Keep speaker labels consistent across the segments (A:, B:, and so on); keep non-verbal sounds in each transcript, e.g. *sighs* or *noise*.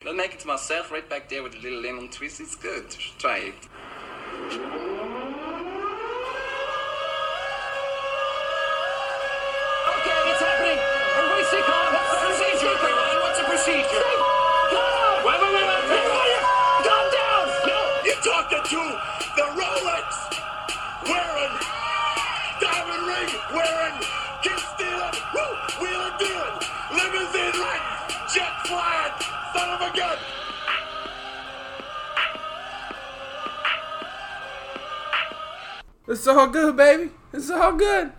A: Don't make it myself right back there with a little lemon twist. It's good. Try it.
B: Okay, it's happening. Everybody stay calm. What's the procedure, everyone? What's the procedure? Stay calm. Wait, wait, wait, wait. Everybody, calm down. No.
C: You're talking to the Rolex wearing, diamond ring wearing, kiss stealing, woo, wheeling dealing, limousine riding, jet flying, son of a gun.
D: It's all good, baby. It's all good.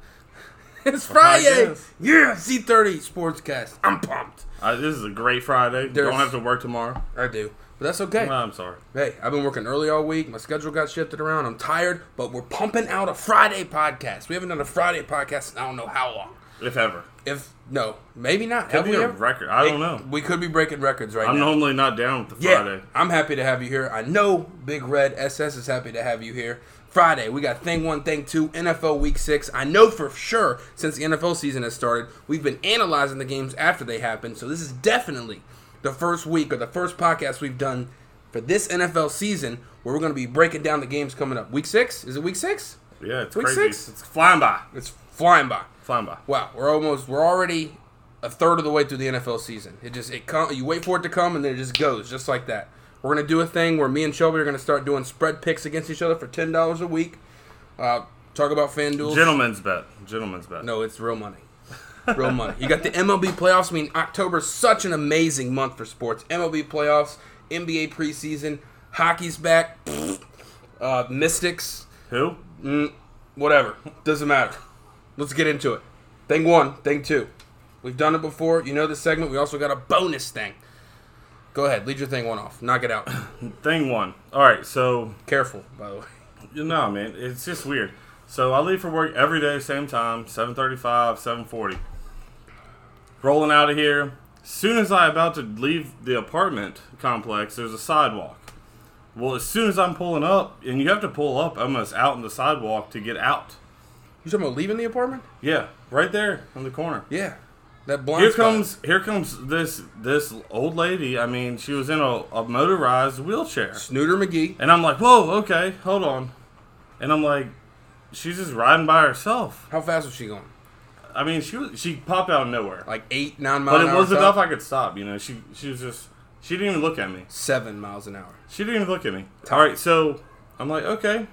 D: It's Friday.
E: guess.
D: Yeah, Z30 Sportscast. I'm pumped.
E: Uh, this is a great Friday.
D: There's-
E: Don't have to work tomorrow.
D: I do. But that's okay.
E: Well, I'm sorry.
D: Hey, I've been working early all week. My schedule got shifted around. I'm tired, but we're pumping out a Friday podcast. We haven't done a Friday podcast in I don't know how long.
E: If ever,
D: If no, maybe not.
E: could
D: Have
E: be
D: we
E: a
D: ever?
E: record. I don't know.
D: We could be breaking records right
E: I'm
D: now.
E: normally not down with the
D: yeah,
E: Friday.
D: I'm happy to have you here. I know Big Red SS is happy to have you here. Friday, we got thing one, thing two, NFL week six. I know for sure since the NFL season has started, we've been analyzing the games after they happen. So this is definitely the first week or the first podcast we've done for this NFL season where we're going to be breaking down the games coming up. Week six? Is it week six?
E: Yeah, it's
D: Week
E: crazy.
D: six?
E: It's flying by.
D: It's flying by.
E: Flying by.
D: Wow, we're almost we're already a third of the way through the NFL season. It just it come you wait for it to come and then it just goes just like that. We're gonna do a thing where me and Shelby are gonna start doing spread picks against each other for ten dollars a week. Uh, talk about FanDuel.
E: Gentlemen's bet. Gentlemen's bet.
D: No, it's real money. Real money. You got the MLB playoffs. I mean, October's such an amazing month for sports. MLB playoffs, NBA preseason, hockey's back, uh, Mystics
E: Who?
D: whatever. Doesn't matter. Let's get into it. Thing one, thing two. We've done it before. You know this segment. We also got a bonus thing. Go ahead, lead your thing one off. Knock it out. *clears throat*
E: Thing one. All right. So
D: Careful, by the way.
E: you know, man, it's just weird. So I leave for work every day, same time, 7:35, 7:40. Rolling out of here. Soon as I about to leave the apartment complex, there's a sidewalk. Well, as soon as I'm pulling up, and you have to pull up almost out on the sidewalk to get out.
D: You talking about leaving the apartment?
E: Yeah, right there in the corner.
D: Yeah. That blind
E: Here
D: spot.
E: comes here comes this this old lady. I mean, she was in a, a motorized wheelchair.
D: Snooter McGee.
E: And I'm like, whoa, okay, hold on. And I'm like, she's just riding by herself.
D: How fast was she going?
E: I mean, she was, she popped out of nowhere,
D: Like eight, nine miles
E: but
D: an
E: it
D: hour.
E: was
D: top?
E: enough I could stop. You know, she she was just she didn't even look at me.
D: Seven miles an hour.
E: She didn't even look at me. All right, so I'm like, okay,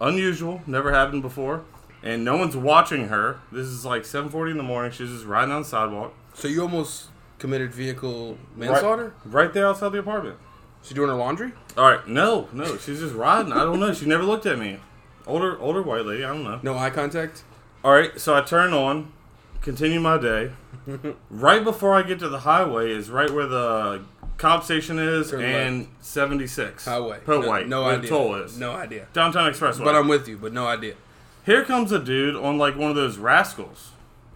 E: unusual, never happened before, and no one's watching her. This is like 7:40 in the morning. She's just riding on the sidewalk,
D: So you almost committed vehicle
E: right,
D: manslaughter?
E: right there outside the apartment.
D: She doing her laundry?
E: All right, no, no, she's just riding. I don't know. She never looked at me. Older, older white lady. I don't know.
D: No eye contact?
E: All right, so I turn on, continue my
D: *laughs*
E: day. right before I get to the highway is right where the cop station is
D: Turn
E: and 76.
D: Highway.
E: Pro
D: no,
E: White.
D: No
E: where the
D: idea.
E: toll is.
D: No idea.
E: Downtown Expressway.
D: But I'm with you, but no idea.
E: Here comes a dude on like one of those rascals.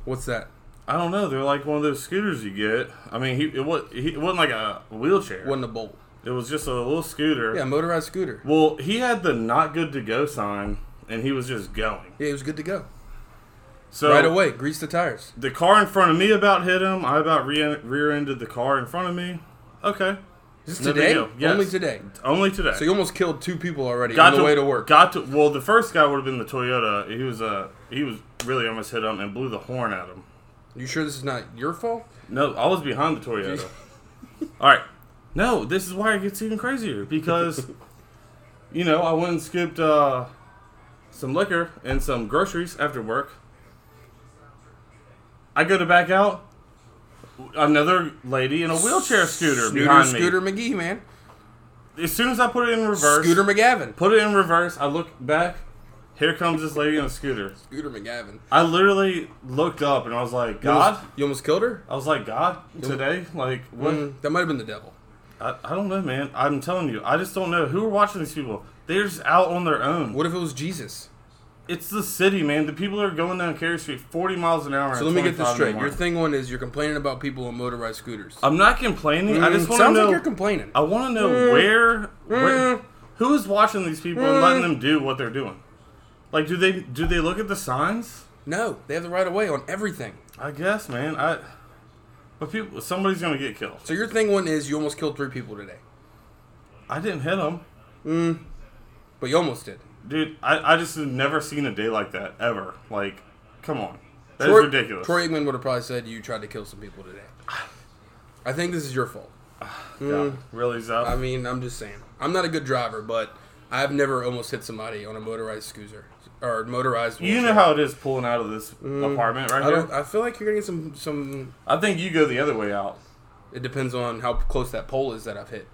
D: What's that?
E: I don't know. They're like one of those scooters you get. I mean, he it, was, he, it wasn't like a wheelchair.
D: Wasn't a bolt.
E: It was just a little scooter.
D: Yeah, motorized scooter.
E: Well, he had the not good to go sign, and he was just going.
D: Yeah, he was good to go.
E: So
D: right away, grease the tires.
E: The car in front of me about hit him. I about re- rear-ended the car in front of me. Okay.
D: Just
E: No big
D: today?
E: deal. Yes.
D: Only today.
E: Only today.
D: So you almost killed two people already on the way to work.
E: Got to well, the first guy would have been the Toyota. He was uh he was really almost hit him and blew the horn at him.
D: You sure this is not your fault?
E: No, I was behind the Toyota. All right. No, this is why it gets even crazier because, you know, I went and scooped uh, some liquor and some groceries after work. I go to back out. Another lady in a wheelchair scooter
D: Snooter
E: behind
D: Scooter McGee, man.
E: me. As soon as I put it in reverse,
D: Scooter McGavin.
E: put it in reverse. I look back. Here comes this lady in a scooter.
D: Scooter McGavin.
E: I literally looked up and I was like,
D: You
E: God.
D: almost, you almost killed her?
E: I was like, God, today, like, what?
D: Mm, that might have been the devil.
E: I, I don't know, man. I'm telling you, I just don't know who are watching these people. They're just out on their own.
D: What if it was Jesus?
E: It's the city, man. The people are going down Carey Street 40 miles an hour.
D: So
E: and
D: let me get this
E: 25 in the
D: straight. Your
E: morning.
D: thing one is you're complaining about people on motorized scooters.
E: I'm not complaining. I just
D: Mm,
E: want to
D: sounds
E: know.
D: like you're Mm, complaining.
E: I want to know where, where, who is watching these people
D: Mm.
E: and letting them do what they're doing. Like, do they do they look at the signs?
D: no, they have the right of way on everything.
E: I guess, man. I But people, somebody's gonna get killed.
D: So your thing one is you almost killed three people today,
E: I didn't hit him,
D: but you almost did.
E: dude. I, I just have never seen a day like that ever. Like, come on, that's
D: Troy,
E: ridiculous.
D: Troy Aikman would have probably said you tried to kill some people today. I think this is your fault.
E: God, really, Zeph?
D: Mm. I mean, I'm just saying. I'm not a good driver, but I've never almost hit somebody on a motorized scooter or motorized.
E: you know
D: wheelchair.
E: how it is pulling out of this apartment right
D: Mm. I don't.
E: here.
D: I feel like you're getting some some.
E: I think you go the other way out.
D: It depends on how close that pole is that I've hit.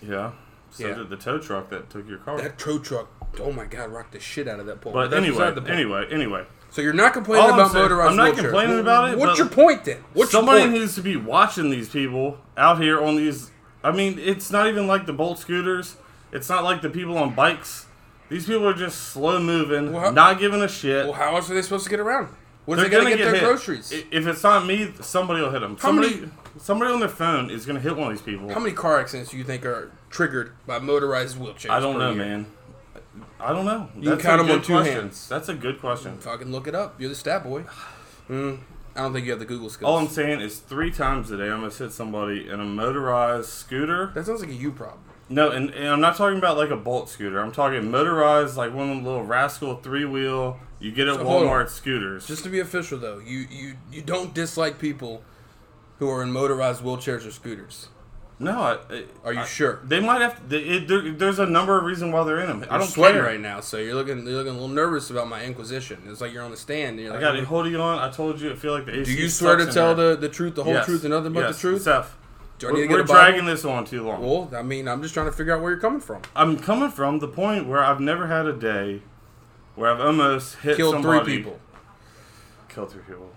E: Yeah. So
D: Yeah.
E: did the tow truck that took your car.
D: That tow truck. Oh my god, rocked the shit out of that pole.
E: but
D: that's
E: anyway,
D: beside the point.
E: anyway, anyway,
D: So you're not complaining
E: All I'm
D: about
E: saying-
D: motorized
E: I'm not
D: wheelchairs.
E: complaining about it,
D: What's
E: but
D: your point then? What's
E: somebody
D: your point?
E: needs to be watching these people out here on these. I mean, it's not even like the Bolt scooters. It's not like the people on bikes. These people are just slow moving,
D: Well, how-
E: not giving a shit.
D: well, how else are they supposed to get around? What are they gonna, get, their
E: hit.
D: groceries?
E: I- If it's not me, somebody will hit them.
D: How
E: somebody,
D: many-
E: somebody on their phone is gonna hit one of these people.
D: how many car accidents do you think are triggered by motorized wheelchairs?
E: I don't
D: per
E: know,
D: year?
E: man. I don't know. You
D: can count 'em
E: good
D: on two
E: question.
D: hands.
E: That's a good question.
D: Fucking look it up. You're the stat boy. Mm, I don't think you have the Google skills.
E: All I'm saying is three times a day I'm gonna hit somebody in a motorized scooter.
D: that sounds like a you problem.
E: No, and, and I'm not talking about like a Bolt scooter. I'm talking motorized, like one of them little rascal three wheel you get at
D: So hold on.
E: Walmart scooters.
D: Just to be official though, you you you don't dislike people who are in motorized wheelchairs or scooters.
E: no, I, I-
D: Are you
E: I-
D: sure?
E: They might have. To, they, it, there, there's a number of reasons why they're in them. I
D: You're
E: don't
D: sweating
E: care.
D: right now, so you're looking you're looking a little nervous about my inquisition. It's like you're on the stand. And you're
E: I
D: like,
E: got it holding on. I told you. I feel like the AC
D: Do you swear to
E: sucks in
D: tell
E: here.
D: the, the truth, the whole
E: Yes.
D: truth, and nothing but the
E: Yes.
D: truth?
E: Seth,
D: Do I need
E: we're,
D: to get
E: we're
D: a Bible?
E: dragging this on too long.
D: Well, I mean, I'm just trying to figure out where you're coming from.
E: I'm coming from the point where I've never had a day where I've almost hit
D: Killed
E: somebody-
D: three people.
E: Killed three people.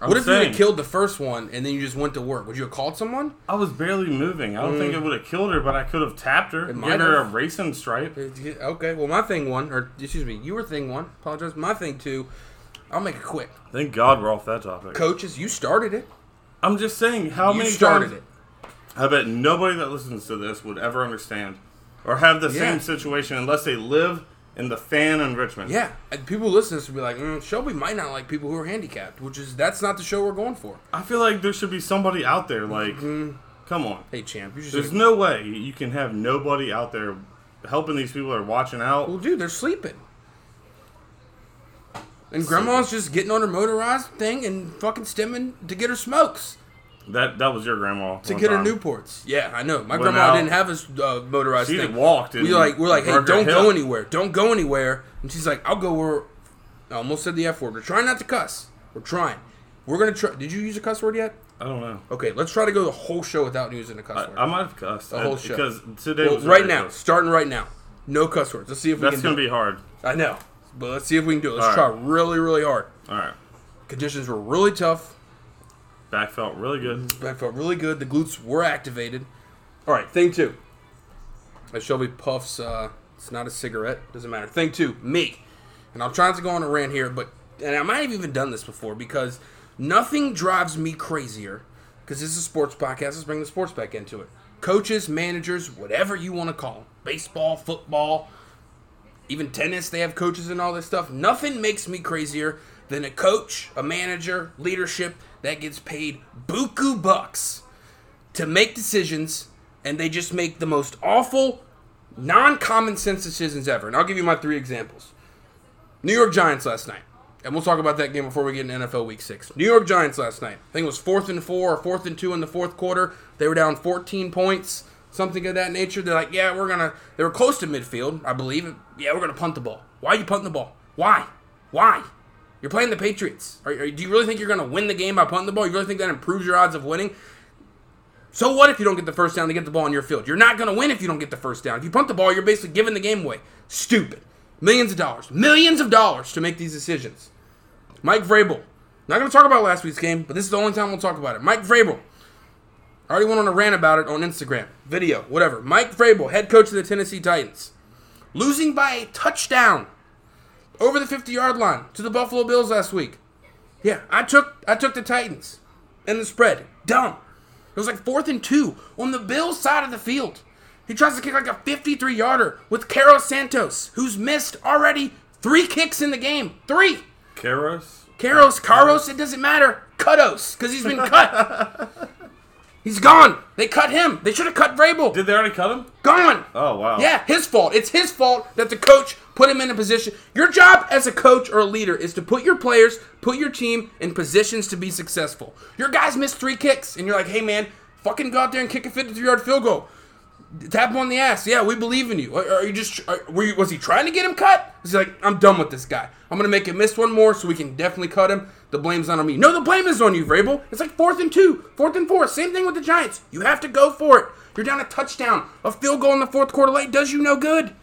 D: what if you
E: saying-
D: had killed the first one and then you just went to work? Would you have called someone?
E: I was barely moving. I don't think it would have killed her, but I could have tapped her,
D: Mm. might
E: given her a
D: have.
E: racing stripe.
D: Okay, well, my thing one, or excuse me, you were thing one. Apologize. My thing two, I'll make it quick.
E: Thank God we're off that topic.
D: Coaches, you started it.
E: I'm just saying, how
D: You
E: many
D: started
E: times-
D: it.
E: I bet nobody that listens to this would ever understand or have the
D: Yeah.
E: same situation unless they live in the fan in Richmond.
D: Yeah, and people listening to this would be like, mm, Shelby might not like people who are handicapped, which is that's not the show we're going for.
E: I feel like there should be somebody out there. Like,
D: Mm-hmm.
E: come on.
D: Hey, champ, you just
E: There's no way you can have nobody out there helping these people that are watching out.
D: Well, dude, they're sleeping. And grandma's just getting on her motorized thing and fucking stemming to get her smokes
E: That that was your grandma.
D: to get her Newports. Yeah, I know. My
E: Went
D: grandma
E: out.
D: didn't have a uh, motorized
E: She
D: thing.
E: walked and
D: We like we're like, hey,
E: broke her
D: don't go
E: hip."
D: anywhere, don't go anywhere. And she's like, I'll go where. I almost said the f word. We're trying not to cuss. We're trying. We're gonna try. Did you use a cuss word yet?
E: I don't know.
D: Okay, let's try to go the whole show without using a cuss word.
E: I, I might have cussed Uh,
D: the whole show.
E: because today
D: Well,
E: was
D: right now,
E: ridiculous.
D: starting right now, no cuss words. Let's see if we
E: That's
D: can do
E: gonna be
D: it.
E: hard.
D: I know, but let's see if we can do it. Let's
E: All right.
D: try really, really hard.
E: All right,
D: Conditions were really tough.
E: back felt really good.
D: I felt really good. The glutes were activated. All right, thing two. As Shelby puffs, uh, it's not a cigarette. Doesn't matter. Thing two, me. And I'm trying to go on a rant here, but and I might have even done this before because nothing drives me crazier. Because this is a sports podcast. Let's bring the sports back into it. Coaches, managers, whatever you want to call them, baseball, football, even tennis, they have coaches and all this stuff. Nothing makes me crazier than a coach, a manager, leadership that gets paid buku bucks to make decisions and they just make the most awful, non common sense decisions ever. And I'll give you my three examples. New York Giants last night. And we'll talk about that game before we get into NFL Week 6. New York Giants last night. I think it was fourth and four or fourth and two in the fourth quarter. They were down 14 points, something of that nature. They're like, yeah, we're going to. They were close to midfield, I believe. Yeah, we're going to punt the ball. Why are you punting the ball? Why? Why? You're playing the Patriots. Are, are, do you really think you're going to win the game by punting the ball? You really think that improves your odds of winning? So what if you don't get the first down to get the ball on your field? You're not going to win if you don't get the first down. If you punt the ball, you're basically giving the game away. Stupid. Millions of dollars. Millions of dollars to make these decisions. Mike Vrabel. Not going to talk about last week's game, but this is the only time we'll talk about it. Mike Vrabel. I already went on a rant about it on Instagram, video, whatever. Mike Vrabel, head coach of the Tennessee Titans. Losing by a touchdown over the 50-yard line to the Buffalo Bills last week. Yeah, I took I took the Titans and the spread. Dumb. It was like fourth and two on the Bills side of the field. He tries to kick like a 53 yarder with Caro Santos, who's missed already three kicks in the game. Three.
E: Caros,
D: Caros, Caros, it doesn't matter. Cutos because he's been cut. he's gone. They cut him. They should have cut Vrabel.
E: Did they already cut him?
D: gone.
E: Oh wow.
D: Yeah, his fault. It's his fault that the coach put him in a position. Your job as a coach or a leader is to put your players, put your team in positions to be successful. Your guys missed three kicks, and you're like, hey, man, fucking go out there and kick a 53 yard field goal. Tap him on the ass. Yeah, we believe in you. Are, are you just? Are, were you, was he trying to get him cut? He's like, I'm done with this guy. I'm gonna make him miss one more, so we can definitely cut him. The blame's not on me. No, the blame is on you, Vrabel. It's like fourth and two, fourth and four. Same thing with the Giants. You have to go for it. You're down a touchdown. A field goal in the fourth quarter late does you no good.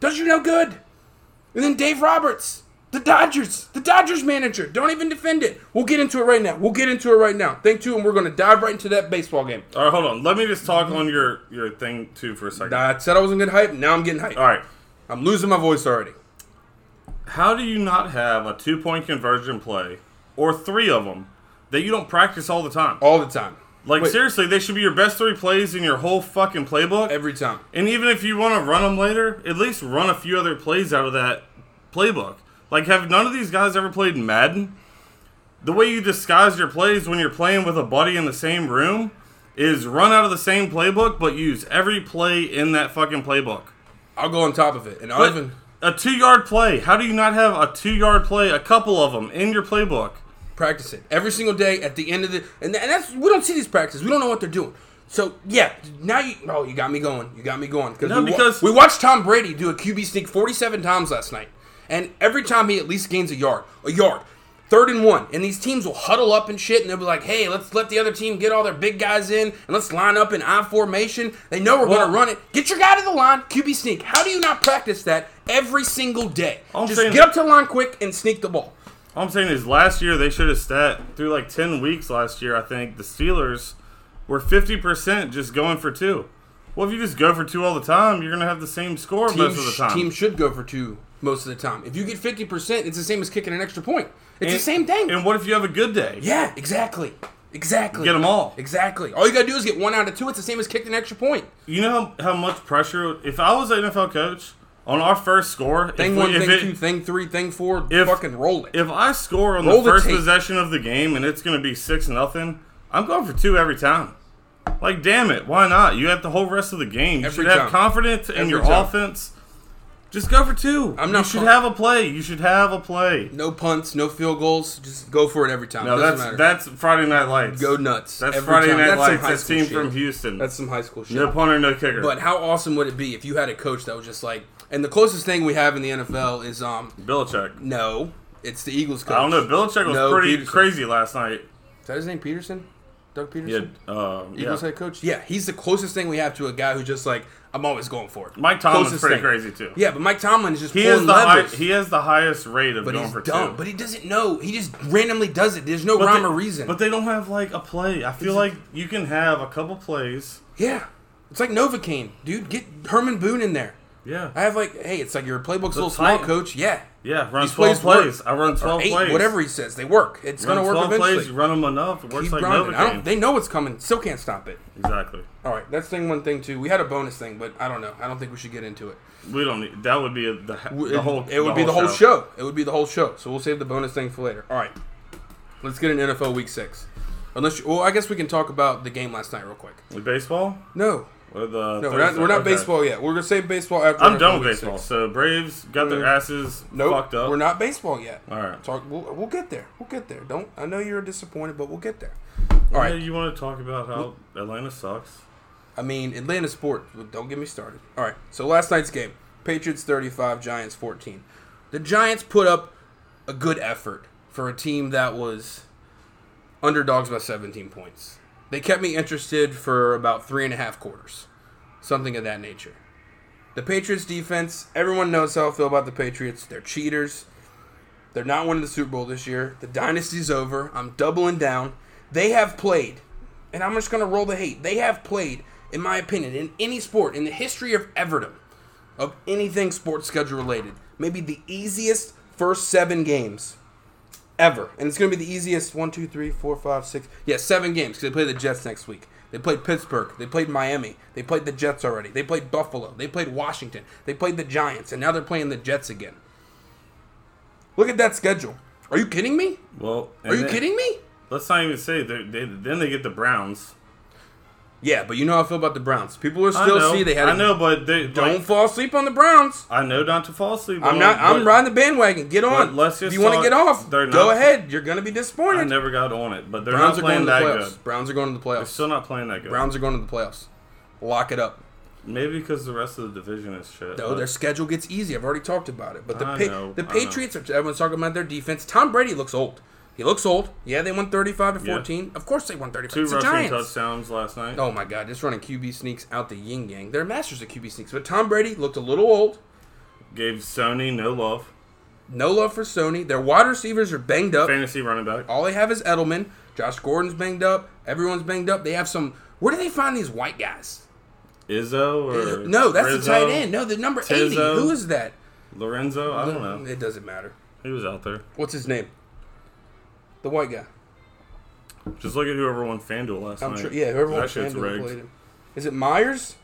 D: Does you no good. And then Dave Roberts, the Dodgers, the Dodgers manager. Don't even defend it. We'll get into it right now. We'll get into it right now. Thank you, and we're gonna dive right into that baseball game.
E: All right, hold on. Let me just talk
D: Mm-hmm.
E: on your your thing too for a second.
D: I said I wasn't getting hype. Now I'm getting hype.
E: All right.
D: I'm losing my voice already.
E: How do you not have a two point conversion play or three of them that you don't practice all the time?
D: All the time.
E: Like
D: Oh, Wait,
E: seriously, they should be your best three plays in your whole fucking playbook.
D: Every time.
E: And even if you want to run them later, at least run a few other plays out of that playbook. Like, have none of these guys ever played Madden? The way you disguise your plays when you're playing with a buddy in the same room is run out of the same playbook, but use every play in that fucking playbook.
D: I'll go on top of it. And I'll
E: But
D: even
E: a two yard play. How do you not have a two yard play, a couple of them, in your playbook?
D: practice it every single day at the end of the and, and that's we don't see these practices we don't know what they're doing so yeah now you oh you got me going you got me going
E: No,
D: we, wa-
E: because-
D: we watched tom brady do a qb sneak 47 times last night and every time he at least gains a yard a yard third and one and these teams will huddle up and shit and they'll be like hey let's let the other team get all their big guys in and let's line up in i formation they know we're
E: Well-
D: gonna run it get your guy to the line qb sneak how do you not practice that every single day
E: I'm
D: just
E: saying-
D: get up to the line quick and sneak the ball
E: All I'm saying is last year they should have stat through like 10 weeks last year, I think, the Steelers were 50% just going for two. Well, if you just go for two all the time, you're going to have the same score most of the
D: sh-
E: time.
D: team should go for two most of the time. If you get 50%, it's the same as kicking an extra point. It's the
E: And-
D: same thing.
E: And what if you have a good day?
D: yeah, exactly. Exactly.
E: Get them all.
D: Exactly. All you got to do is get one out of two. It's the same as kicking an extra point.
E: You know how, how much pressure. If I was an NFL coach, on our first score,
D: Thing
E: if, we-
D: one,
E: if
D: thing
E: it-
D: two, thing three, thing four.
E: if-
D: fucking roll it.
E: if I score on
D: Roll the
E: the first
D: tape.
E: possession of the game and it's going to be six nothing, I'm going for two every time. Like, damn it, why not? You have the whole rest of the game. You
D: Every
E: should
D: time.
E: have confidence in
D: Every
E: your
D: time.
E: offense. Just go for two.
D: I'm not
E: You should
D: con-
E: have a play. You should have a play.
D: no punts, no field goals. Just go for it every time.
E: No,
D: Doesn't matter.
E: that's that's Friday Night Lights.
D: Go nuts.
E: That's
D: every
E: Friday
D: time.
E: Night
D: That's some
E: Lights.
D: high
E: That's
D: school
E: team
D: shit.
E: from Houston.
D: That's some high school shit.
E: no punter, no kicker.
D: But how awesome would it be if you had a coach that was just like, and the closest thing we have in the NFL is um,
E: Belichick.
D: no, it's the Eagles coach.
E: I don't know. Belichick was
D: No,
E: pretty
D: Peterson.
E: crazy last night.
D: Is that his name, Peterson? Doug Peterson.
E: He had, uh, yeah.
D: Eagles head coach? Yeah, he's the closest thing we have to a guy who just like I'm always going for it.
E: Mike Tomlin's
D: Closest
E: pretty
D: thing.
E: crazy too.
D: Yeah, but Mike Tomlin is just
E: He
D: pulling
E: has the high,
D: levers.
E: he has the highest rate of
D: but
E: going
D: he's
E: for
D: dumb.
E: two.
D: But he doesn't know. He just randomly does it. There's no
E: But
D: rhyme
E: they-
D: or reason.
E: But they don't have like a play. I feel like you can have a couple plays.
D: yeah, it's like Novocaine, dude. Get Herman Boone in there.
E: Yeah.
D: I have like, hey, it's like your playbook's a little small,
E: Titan-
D: coach. Yeah,
E: yeah, run
D: These
E: twelve
D: plays work.
E: plays. I run twelve
D: eight,
E: plays.
D: whatever he says, they work. It's
E: Run
D: gonna work
E: twelve
D: eventually.
E: plays. You run them enough. It works
D: Keep
E: like
D: grinding. I don't,
E: Novocaine.
D: they know it's coming. Still can't stop it.
E: Exactly.
D: All right, that's thing one, thing two. We had a bonus thing, but I don't know. I don't think we should get into it.
E: We don't need. That would be a, the, the
D: it,
E: whole.
D: it would be the whole show. It would be the whole show. So we'll save the bonus thing for later. All right, let's get an NFL Week Six. Unless, you, well, I guess we can talk about the game last night real quick.
E: The baseball.
D: No,
E: Or the
D: no, we're not, we're not
E: Thursday? Okay.
D: baseball yet. We're gonna save baseball after.
E: I'm
D: NFL
E: done with
D: Week
E: baseball.
D: Six.
E: So Braves got their
D: We're-
E: asses
D: Nope,
E: fucked up.
D: we're not baseball yet.
E: All right.
D: talk. We'll, we'll get there. We'll get there. Don't. I know you're disappointed, but we'll get there. All
E: Yeah,
D: right.
E: you want to talk about how Atlanta sucks?
D: I mean, Atlanta sport. Don't get me started. All right. So last night's game, Patriots 35, Giants 14. The Giants put up a good effort for a team that was underdogs by 17 points. They kept me interested for about three and a half quarters, something of that nature. The Patriots defense, everyone knows how I feel about the Patriots. They're cheaters. They're not winning the Super Bowl this year. The dynasty's over. I'm doubling down. They have played, and I'm just going to roll the hate. They have played, in my opinion, in any sport, in the history of Everdom, of anything sports schedule related, maybe the easiest first seven games ever. And it's going to be the easiest one, two, three, four, five, six. Yeah, seven games because they play the Jets next week. They played Pittsburgh. They played Miami. They played the Jets already. They played Buffalo. They played Washington. They played the Giants. And now they're playing the Jets again. Look at that schedule. Are you kidding me?
E: Well,
D: Are you kidding me?
E: Let's not even say they, they, then they get the Browns.
D: Yeah, but you know how I feel about the Browns. People are
E: I
D: still
E: know,
D: see they had.
E: I
D: a-
E: know, but they
D: Don't
E: like,
D: fall asleep on the Browns.
E: I know not to fall asleep.
D: I'm
E: on,
D: not. I'm
E: but
D: riding the bandwagon. Get on.
E: let's
D: if
E: just
D: you want to
E: talk-
D: get off,
E: they're
D: go
E: not-
D: ahead. You're gonna be
E: I
D: disappointed.
E: never got on it, but they're
D: Browns are
E: not
D: going to
E: playing
D: the
E: that
D: playoffs.
E: good.
D: Browns are going to the playoffs.
E: They're still not playing that good.
D: Browns are going to the playoffs. Lock it up.
E: Maybe because the rest of the division is shit.
D: No,
E: but-
D: their schedule gets easy. I've already talked about it. But the
E: I
D: pa-
E: know,
D: the
E: I know.
D: Patriots are everyone's talking about their defense. Tom Brady looks old. He looks old. Yeah, they won 35 to
E: Yeah.
D: 14. Of course they won 35.
E: two
D: It's the
E: rushing
D: Giants.
E: touchdowns last night.
D: Oh my god, just running QB sneaks out the yin yang. They're masters at QB sneaks. But Tom Brady looked a little old.
E: Gave Sony no love.
D: No love for Sony. Their wide receivers are banged up.
E: Fantasy running back.
D: All they have is Edelman. Josh Gordon's banged up. Everyone's banged up. They have some. Where do they find these white guys?
E: Izzo or
D: Eh, No, that's the
E: Rizzo,
D: tight end. No, the number 80.
E: Tizzo.
D: Who is that?
E: Lorenzo. I don't know.
D: It doesn't matter.
E: He was out there.
D: What's his name? The white guy.
E: Just look at whoever won FanDuel last
D: I'm
E: night.
D: sure. Yeah, whoever
E: that
D: was
E: shit's rigged.
D: played him. Is it Myers?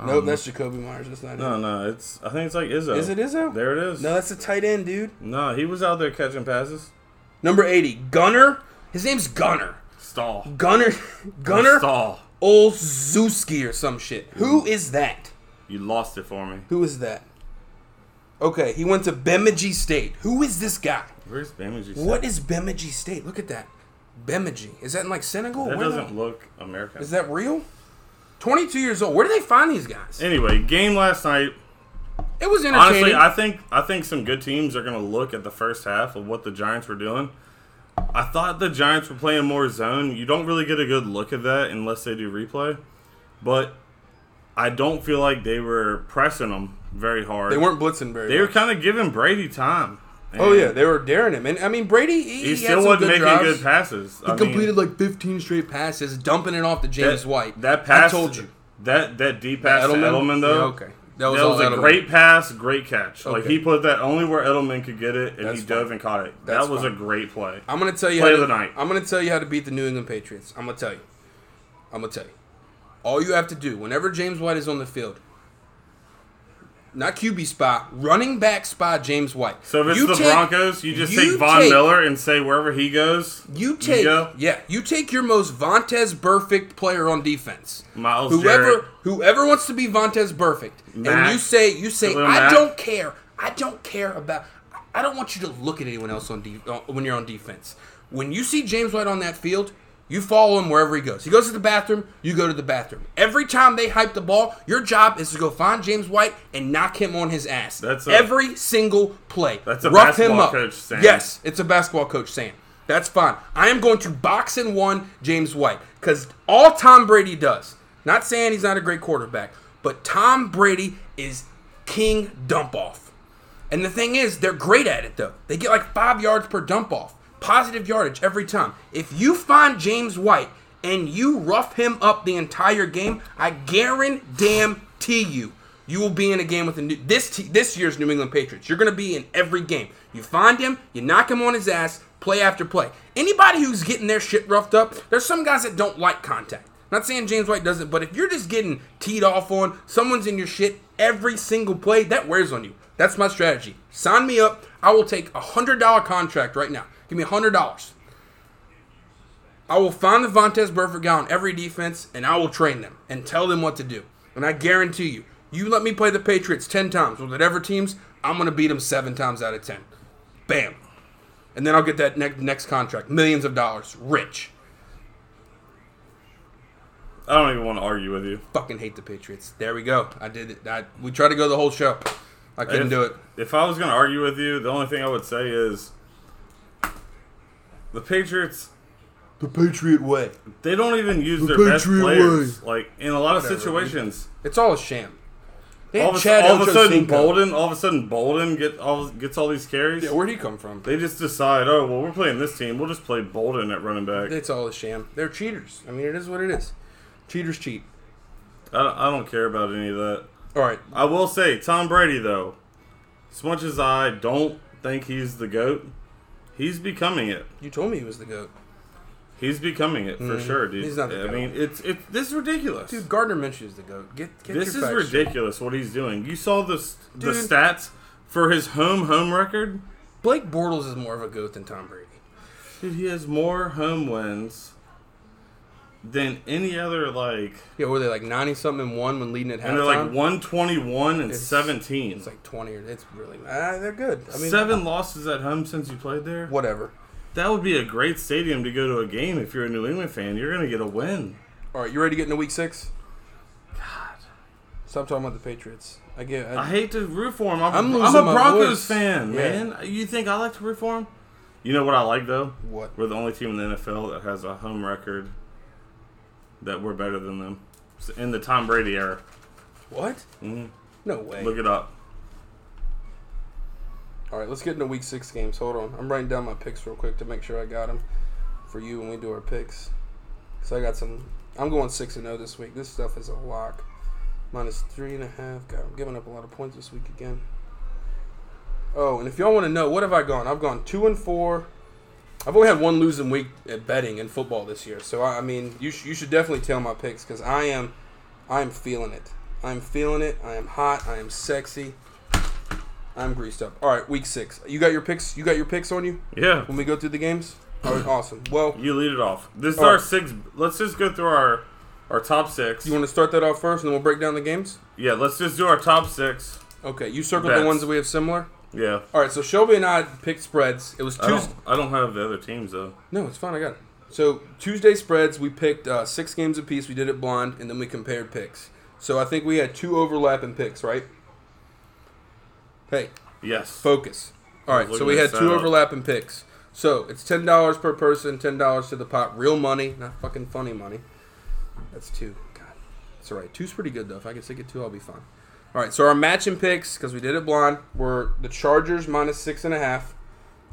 D: no, that's Jacoby Myers. That's not
E: No,
D: him.
E: no, it's. I think it's like Izzo.
D: Is it Izzo?
E: There it is.
D: No, that's the tight end, dude.
E: no, he was out there catching passes.
D: Number 80, Gunner. His name's Gunner.
E: Stall.
D: Gunner. *laughs* Gunner
E: Stall.
D: Olszewski or some shit. Who is that?
E: You lost it for me.
D: Who is that? Okay, he went to Bemidji State. Who is this guy?
E: Where's Bamage?
D: What is Bemidji State? Look at that. Bemidji. Is that in like Senegal?
E: That
D: Where the-
E: doesn't look American.
D: Is that real? 22 years old. Where do they find these guys?
E: Anyway, game last night.
D: It was entertaining.
E: Honestly, I think I think some good teams are going to look at the first half of what the Giants were doing. I thought the Giants were playing more zone. You don't really get a good look at that unless they do replay. But I don't feel like they were pressing them very hard.
D: they weren't blitzing very.
E: They were
D: much.
E: kind of giving Brady time.
D: Oh
E: And
D: yeah, they were daring him, and I mean Brady. He,
E: he,
D: he had
E: still
D: some
E: wasn't
D: good
E: making
D: drives.
E: good passes.
D: He completed like 15 straight passes, dumping it off to James White.
E: That pass.
D: I told you.
E: That that deep pass to Edelman though.
D: Yeah, okay, that was,
E: That
D: all
E: was a
D: Edelman.
E: great pass, great catch. Like
D: Okay.
E: he put that only where Edelman could get it, and
D: That's
E: he
D: fine.
E: dove and caught it.
D: That's
E: that was
D: fine.
E: a great play.
D: I'm gonna tell you
E: Play
D: how
E: of
D: to,
E: the night.
D: I'm gonna tell you how to beat the New England Patriots. I'm gonna tell you. I'm gonna tell you. All you have to do whenever James White is on the field, not QB spy, running back spy James White.
E: So if it's
D: You
E: the
D: take-
E: Broncos, you just
D: you
E: take Von
D: take-
E: Miller and say wherever he goes,
D: You take
E: go.
D: yeah, you take your most Vontez perfect player on defense.
E: Miles
D: whoever
E: Jarrett.
D: whoever wants to be Vontez perfect, and
E: Mac.
D: you say you say
E: Khalil
D: I
E: Mack.
D: don't care, I don't care about, I don't want you to look at anyone else on de- uh, when you're on defense. When you see James White on that field. You follow him wherever he goes. He goes to the bathroom, you go to the bathroom. Every time they hype the ball, your job is to go find James White and knock him on his ass.
E: That's a-
D: every single play.
E: That's a
D: Rough him
E: basketball
D: up.
E: coach saying.
D: Yes, it's a basketball coach saying. That's fine. I am going to box and one James White because all Tom Brady does. Not saying he's not a great quarterback, but Tom Brady is king dump off. And the thing is, they're great at it though. They get like five yards per dump off, positive yardage every time. If you find James White and you rough him up the entire game, I guarantee you, you will be in a game with a new, this te- this year's New England Patriots. You're going to be in every game. You find him, you knock him on his ass, play after play. Anybody who's getting their shit roughed up, there's some guys that don't like contact. Not saying James White doesn't, but if you're just getting teed off on, someone's in your shit every single play, that wears on you. That's my strategy. Sign me up. I will take a hundred dollar contract right now. Give me a hundred dollars. I will find the Vontez Burford guy on every defense, and I will train them and tell them what to do. And I guarantee you, you let me play the Patriots ten times with whatever teams, I'm gonna beat them seven times out of ten. Bam. And then I'll get that next next contract, millions of dollars, rich.
E: I don't even want to argue with you.
D: fucking hate the Patriots. There we go. I did it. I, we tried to go the whole show. I couldn't
E: if,
D: do it.
E: If I was going to argue with you, the only thing I would say is the Patriots
D: The Patriot way.
E: they don't even use their best
D: Patriot
E: players. Like in a lot of
D: Whatever.
E: situations,
D: It's all a sham. They
E: all
D: had
E: of, a-
D: Chad
E: all of a sudden
D: Ochocinco.
E: Bolden, all of a sudden Bolden get all gets all these carries.
D: Yeah, where'd he come from?
E: they just decide, oh well, we're playing this team, we'll just play Bolden at running back.
D: It's all a sham. They're cheaters. I mean, it is what it is. Cheaters cheat.
E: I don't, I don't care about any of that.
D: All right.
E: I will say, Tom Brady, though, as much as I don't think he's the GOAT, he's becoming it.
D: You told me he was the GOAT.
E: He's becoming it for sure, dude.
D: Mm-hmm. He's not the
E: I
D: GOAT.
E: mean, it's it's this is ridiculous.
D: Dude, Gardner Minshew is the GOAT. Get, get
E: this is
D: your facts straight.
E: ridiculous what he's doing. You saw the s the
D: Dude.
E: stats for his home home record.
D: Blake Bortles is more of a GOAT than Tom Brady.
E: Dude, he has more home wins than any other like,
D: Yeah, were they like ninety something and one when leading at halftime?
E: and they're like one twenty one and seventeen.
D: It's like twenty. Or, it's really ah, they're good. I mean,
E: Seven losses at home since you played there.
D: whatever.
E: That would be a great stadium to go to a game if you're a New England fan. You're gonna get a win.
D: All right, you ready to get into week six? God, stop talking about the Patriots. I get. I,
E: I hate to root for him.
D: I'm
E: I'm, I'm,
D: losing
E: a
D: my
E: Broncos
D: voice.
E: fan,
D: Yeah.
E: man. You think I like to root for him? You know what I like though?
D: What?
E: We're the only team in the NFL that has a home record that we're better than them It's in the Tom Brady era.
D: what? No way.
E: Look it up.
D: All right, let's get into week six games. Hold on, I'm writing down my picks real quick to make sure I got them for you when we do our picks. So I got some. I'm going six and zero this week. This stuff is a lock. Minus three and a half. God, I'm giving up a lot of points this week again. Oh, and if y'all want to know, what have I gone? I've gone two and four. I've only had one losing week at betting in football this year. So I, I mean, you sh- you should definitely tell my picks because I am, I am feeling it. I'm feeling it. I am hot. I am sexy. I'm greased up. All right, week six. You got your picks. You got your picks on you
E: Yeah.
D: when we go through the games. All right, awesome. Well,
E: You lead it off. This is
D: All
E: our
D: right.
E: six. Let's just go through our our top six.
D: you want to start that off first, and then we'll break down the games.
E: yeah, let's just do our top six.
D: Okay, you circled
E: Bets.
D: the ones that we have similar.
E: Yeah.
D: All right, so Shelby and I picked spreads. It was
E: I don't,
D: Tuesday.
E: I don't have the other teams though.
D: No, it's fine. I got it. So Tuesday spreads, we picked uh, six games apiece. We did it blind, and then we compared picks. So I think we had two overlapping picks, right? Hey,
E: Yes.
D: focus. All right,
E: looking
D: so we
E: at
D: had
E: that
D: two
E: up.
D: overlapping picks. So it's ten dollars per person, ten dollars to the pot, real money, not fucking funny money. That's two. God, it's all right. Two's pretty good though. If I can stick at two, I'll be fine. All right, so our matching picks because we did it blind were the Chargers minus six and a half.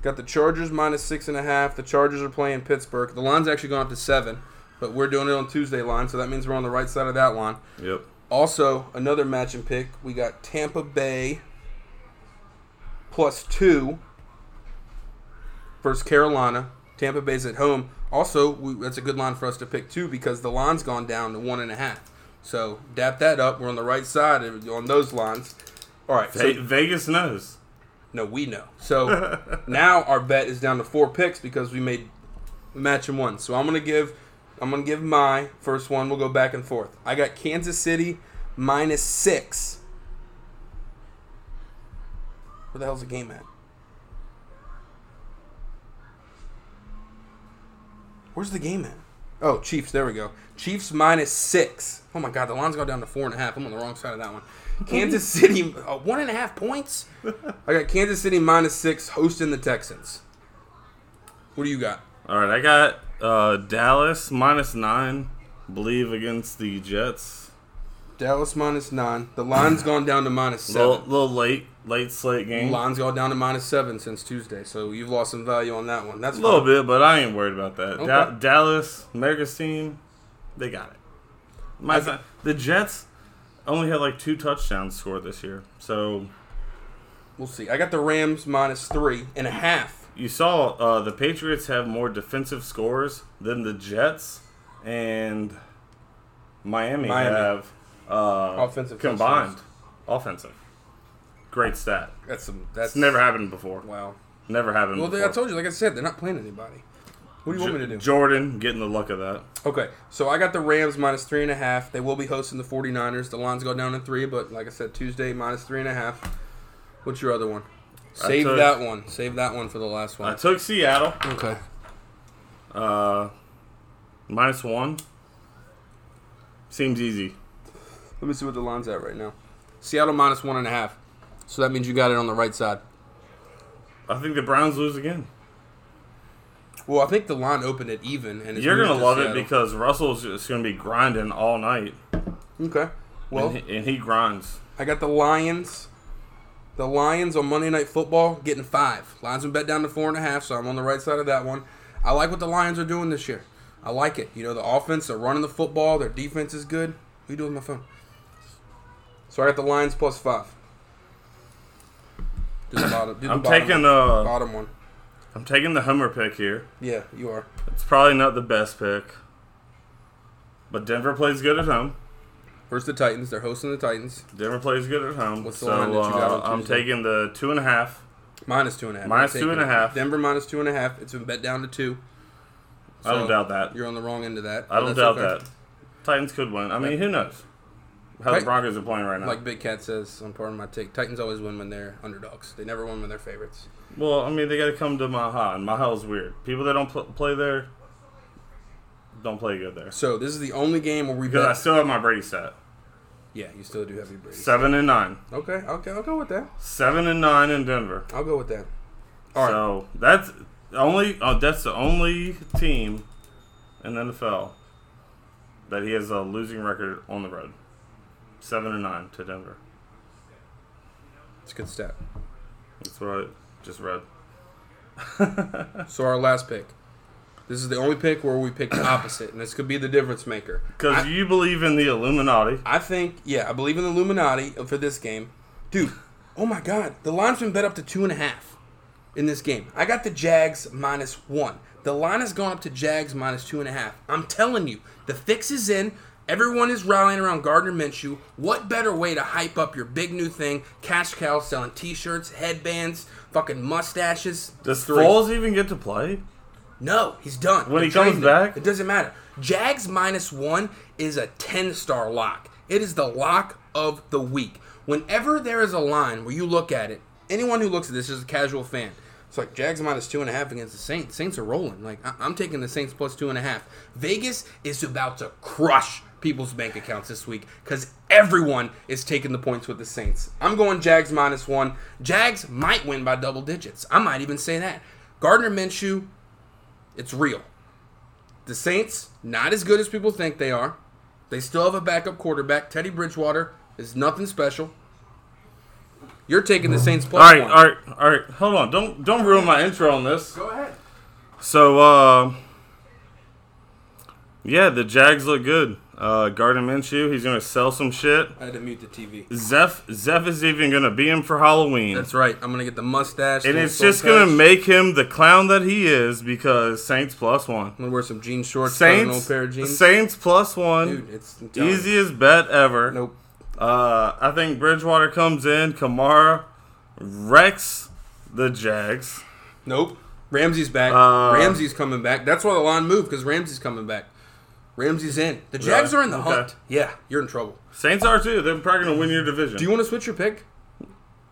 D: Got the Chargers minus six and a half. The Chargers are playing Pittsburgh. The line's actually gone up to seven, but we're doing it on Tuesday line, so that means we're on the right side of that line.
E: Yep.
D: Also, another matching pick. We got Tampa Bay plus two versus Carolina. Tampa Bay's at home. Also, we, that's a good line for us to pick two because the line's gone down to one and a half. So dap that up. We're on the right side of- on those lines. All right.
E: Ve-
D: So,
E: Vegas knows.
D: no, we know. So now our bet is down to four picks because we made matching one. So I'm gonna give I'm gonna give my first one. We'll go back and forth. I got Kansas City minus six. Where the hell's the game at? Where's the game at? Oh, Chiefs. There we go. Chiefs minus six. Oh my God, the line's gone down to four and a half. I'm on the wrong side of that one. Kansas City, uh, one and a half points. I got Kansas City minus six hosting the Texans. What do you got?
E: All right, I got uh, Dallas minus nine. Believe against the Jets.
D: Dallas minus nine. The line's gone down to minus
E: Little,
D: seven.
E: little late, late slate game.
D: line's gone down to minus seven since Tuesday, so you've lost some value on that one. That's
E: A little
D: fine.
E: bit, but I ain't worried about that. Da-
D: Okay.
E: Dallas, America's team, they got it. My
D: got-
E: the Jets only had like two touchdowns scored this year, so
D: We'll see. I got the Rams minus three and a half.
E: you saw uh, the Patriots have more defensive scores than the Jets and Miami,
D: Miami.
E: have uh,
D: Offensive
E: combined
D: touchdowns.
E: offensive. Great stat.
D: That's some. That's
E: It's never happened before.
D: Wow.
E: Never happened.
D: Well, they,
E: before.
D: I told you, like I said, they're not playing anybody. What do you want me to do?
E: Jordan getting the luck of that.
D: Okay, so I got the Rams minus three and a half. They will be hosting the 49ers. The lines go down to three, but like I said, Tuesday minus three and a half. What's your other one? Save
E: took-
D: that one. Save that one for the last
E: I
D: one.
E: took Seattle
D: okay.
E: uh, minus one. Seems easy.
D: Let me see what the line's at right now. Seattle minus one and a half. So that means you got it on the right side.
E: I think the Browns lose again.
D: Well, I think the line opened it even, and it's
E: You're
D: moved
E: gonna
D: to
E: love
D: Seattle.
E: it because Russell's just gonna be grinding all night,
D: okay. Well,
E: and, he, and he grinds.
D: I got the Lions. The Lions on Monday Night Football getting five. Lions been bet down to four and a half, so I'm on the right side of that one. I like what the Lions are doing this year. I like it. You know, the offense, they're running the football, their defense is good. What you doing with my phone? So I got the Lions plus five. Do the bottom, do the
E: I'm
D: bottom
E: taking uh,
D: one.
E: the
D: bottom one.
E: I'm taking the Homer pick here.
D: Yeah, you are.
E: It's probably not the best pick, but Denver plays good at home.
D: First the Titans, they're hosting the Titans.
E: Denver plays good at home,
D: What's the
E: so
D: line that you got
E: uh,
D: on
E: I'm
D: Tuesday?
E: taking the two and a half
D: Minus two and a half.
E: Minus
D: I'm
E: two and
D: taking
E: a half.
D: Denver minus two and a half. It's been bet down to two.
E: I don't
D: So,
E: doubt that.
D: You're on the wrong end of that.
E: I don't
D: That's
E: doubt
D: okay.
E: that. Titans could win. I mean, who knows how
D: Right.
E: the Broncos are playing right now?
D: Like Big Cat says on part of my take, Titans always win when they're underdogs. They never win when they're favorites.
E: well, I mean, they got to come to Maha, and Maha is weird. People that don't pl- play there don't play good there.
D: So this is the only game where we
E: Because I
D: bet.
E: still have my Brady stat
D: Yeah, you still do have your Brady.
E: seven and nine,
D: Okay, okay, I'll go with that.
E: seven and nine in Denver.
D: I'll go with that. All right.
E: So that's the only. Oh, that's the only team in the NFL that he has a losing record on the road, seven and nine to Denver.
D: It's a good step.
E: That's what I just read.
D: So our last pick. This is the only pick where we pick the opposite, and this could be the difference maker.
E: Because you believe in the Illuminati.
D: I think, yeah, I believe in the Illuminati for this game. Dude, oh my God. The line's been bet up to two and a half in this game. I got the Jags minus one. The line has gone up to Jags minus two and a half. I'm telling you, the fix is in. Everyone is rallying around Gardner Minshew. What better way to hype up your big new thing? Cash cows selling t shirts, headbands, fucking mustaches.
E: Does
D: Three.
E: Foles even get to play?
D: No, he's done.
E: When he
D: They're
E: comes
D: trading
E: back?
D: him. it doesn't matter. Jags minus one is a ten star lock. It is the lock of the week. Whenever there is a line where you look at it, anyone who looks at this is a casual fan. It's like Jags minus two and a half against the Saints. Saints are rolling. Like I- I'm taking the Saints plus two and a half. Vegas is about to crush people's bank accounts this week because everyone is taking the points with the Saints. I'm going Jags minus one. Jags might win by double digits. I might even say that. Gardner Minshew, it's real. The Saints, not as good as people think they are. They still have a backup quarterback. Teddy Bridgewater is nothing special. You're taking the Saints plus
E: All right,
D: one.
E: all right, all right. Hold on. Don't don't ruin my intro on this.
D: Go ahead.
E: So, uh, yeah, the Jags look good. Uh, Gardner Minshew, he's gonna sell some shit.
D: I had to mute the TV.
E: Zeph Zeph is even gonna be him for Halloween,
D: That's right. I'm gonna get the mustache.
E: and
D: little
E: it's
D: soul
E: just gonna
D: patch.
E: make him the clown that he is because Saints plus one.
D: I'm gonna wear some jean shorts. cut an
E: Saints
D: old pair of jeans.
E: Saints plus one.
D: Dude, it's I'm telling you.
E: Easiest bet ever.
D: Nope.
E: Uh, I think Bridgewater comes in. Kamara wrecks the Jags.
D: Nope. Ramsey's back.
E: Uh,
D: Ramsey's coming back. That's why the line moved because Ramsey's coming back. Ramsey's in. The Jags
E: Really?
D: are in the
E: Okay.
D: hunt. Yeah, you're in trouble.
E: Saints are too. They're probably gonna win your division.
D: Do you want to switch your pick?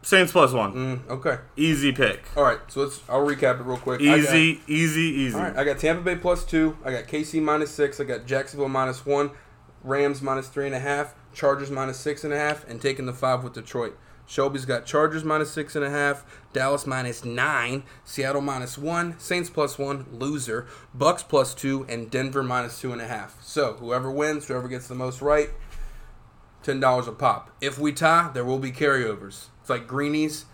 E: Saints plus one.
D: Mm, okay.
E: Easy pick.
D: All right. So let's. I'll recap it real quick. I got-
E: Easy, easy, easy.
D: All right, I got Tampa Bay plus two. I got KC minus six. I got Jacksonville minus one. Rams minus three and a half. Chargers minus six and a half. And taking the five with Detroit. Shelby's got Chargers minus six and a half. Dallas minus nine. Seattle minus one. Saints plus one. Loser. Bucks plus two. And Denver minus two and a half. So whoever wins, whoever gets the most right, ten dollars a pop. If we tie, there will be carryovers. It's like greenies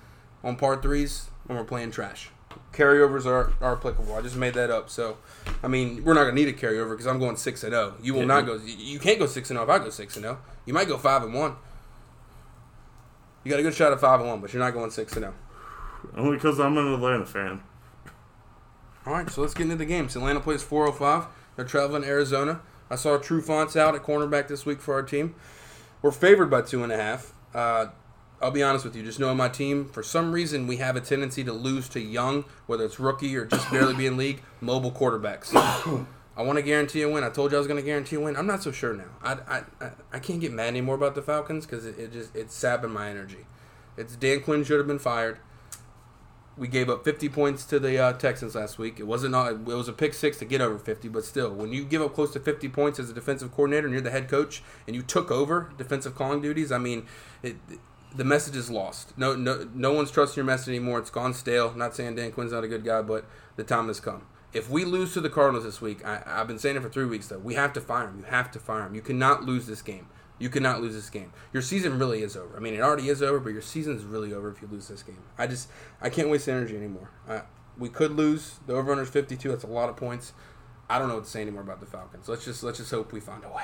D: on par threes when we're playing trash. Carryovers are, are applicable. I just made that up. So, I mean, we're not gonna need a carryover because I'm going six and zero. You will not go. You you can't go six and zero if I go six and zero. You might go five and one. You got a good shot at five and one, but you're not going six and oh. zero.
E: Only because I'm an Atlanta fan.
D: All right, so let's get into the games. Atlanta plays 405. They're traveling to Arizona. I saw True Fonts out at cornerback this week for our team. We're favored by two and a half. Uh, I'll be honest with you, just knowing my team, for some reason we have a tendency to lose to young, whether it's rookie or just barely be in league, mobile quarterbacks. I want to guarantee a win. I told you I was going to guarantee a win. I'm not so sure now. I, I, I, I can't get mad anymore about the Falcons because it, it just it's sapping my energy. It's Dan Quinn should have been fired. We gave up 50 points to the uh, Texans last week. It wasn't all, it was a pick six to get over 50, but still, when you give up close to 50 points as a defensive coordinator and you're the head coach and you took over defensive calling duties, I mean, it, the message is lost. No, no, no one's trusting your message anymore. It's gone stale. Not saying Dan Quinn's not a good guy, but the time has come. If we lose to the Cardinals this week, I, I've been saying it for three weeks though. We have to fire him. You have to fire him. You cannot lose this game. You cannot lose this game. Your season really is over. I mean, it already is over, but your season's really over if you lose this game. I just, I can't waste energy anymore. I, we could lose. The over is 52. That's a lot of points. I don't know what to say anymore about the Falcons. Let's just, let's just hope we find a way.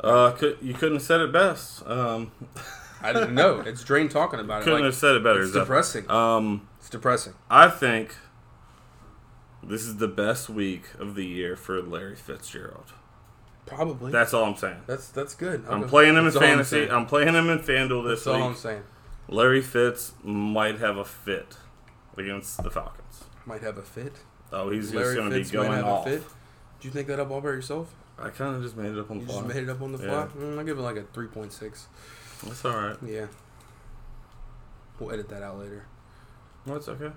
E: Uh, could, you couldn't have said it best. Um,
D: I don't
E: *laughs*
D: know. It's Drain talking about it.
E: couldn't
D: like,
E: have said it better.
D: it's
E: Zeph.
D: depressing.
E: Um,
D: it's depressing.
E: I think this is the best week of the year for Larry Fitzgerald.
D: Probably.
E: That's all I'm saying.
D: that's that's good.
E: I'm playing him in
D: That's all I'm
E: fantasy.
D: saying.
E: I'm, playing him in FanDuel this
D: That's all I'm
E: week.
D: saying.
E: Larry Fitz might have a fit against the Falcons.
D: Might have a fit.
E: Oh, he's just
D: Larry
E: going to be
D: Fitz might
E: going
D: have
E: off.
D: a fit. Did you think that up all by yourself?
E: I kind of just made it up on the
D: You
E: fly.
D: just made it up on the fly.
E: Yeah.
D: Mm, I give it like a three point six.
E: That's
D: *laughs*
E: all right.
D: Yeah. We'll edit that out later.
E: That's okay.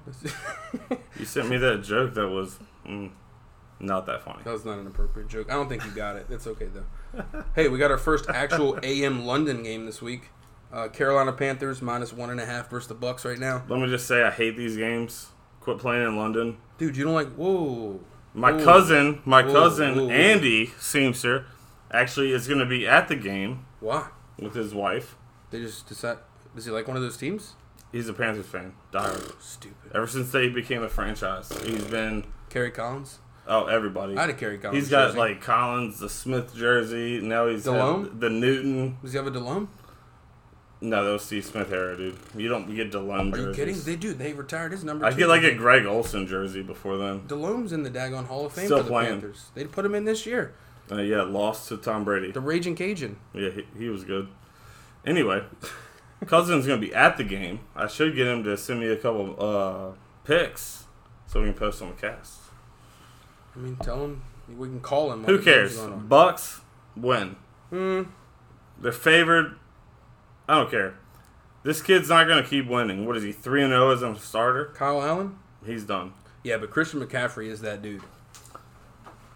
D: *laughs*
E: you sent me that joke that was mm, not that funny.
D: That was not an appropriate joke. I don't think you got it. That's okay though.
E: *laughs*
D: hey, we got our first actual AM London game this week. Uh, Carolina Panthers minus one and a half versus the Bucks right now.
E: Let me just say I hate these games. Quit playing in London.
D: Dude, you don't like? Whoa.
E: My
D: Ooh.
E: cousin, my
D: Ooh,
E: cousin
D: ooh, ooh.
E: Andy Seamster, actually is going to be at the game
D: Why?
E: with his wife.
D: They just decide. Does he like one of those teams?
E: He's a Panthers fan, diehard.
D: Stupid.
E: Ever since they became a franchise, he's been
D: Kerry Collins.
E: oh everybody.
D: I had a Kerry Collins.
E: He's got
D: jersey.
E: like Collins, the Smith jersey. Now he's had
D: Delhomme?
E: the Newton.
D: Does he have a Delhomme?
E: No, that was Steve Smith era, dude. You don't get Delhomme
D: Are you
E: jerseys.
D: kidding? They do. They retired his number.
E: I
D: two.
E: get like a Greg Olson jersey before then.
D: Delhomme's in the Dagon Hall of Fame
E: Still
D: for the
E: playing.
D: Panthers. They put him in this year.
E: Uh, yeah, lost to Tom Brady.
D: The Raging Cajun.
E: Yeah, he, he was good. Anyway, Cousins gonna be at the game. I should get him to send me a couple uh, picks so we can post on the cast.
D: I mean, tell him we can call him.
E: Who
D: when the game's
E: cares?
D: going on.
E: Bucks win.
D: Hmm.
E: They're favored. I don't care. This kid's not gonna keep winning. What is he? Three and zero as a starter.
D: Kyle Allen.
E: He's done.
D: Yeah, but Christian McCaffrey is that dude.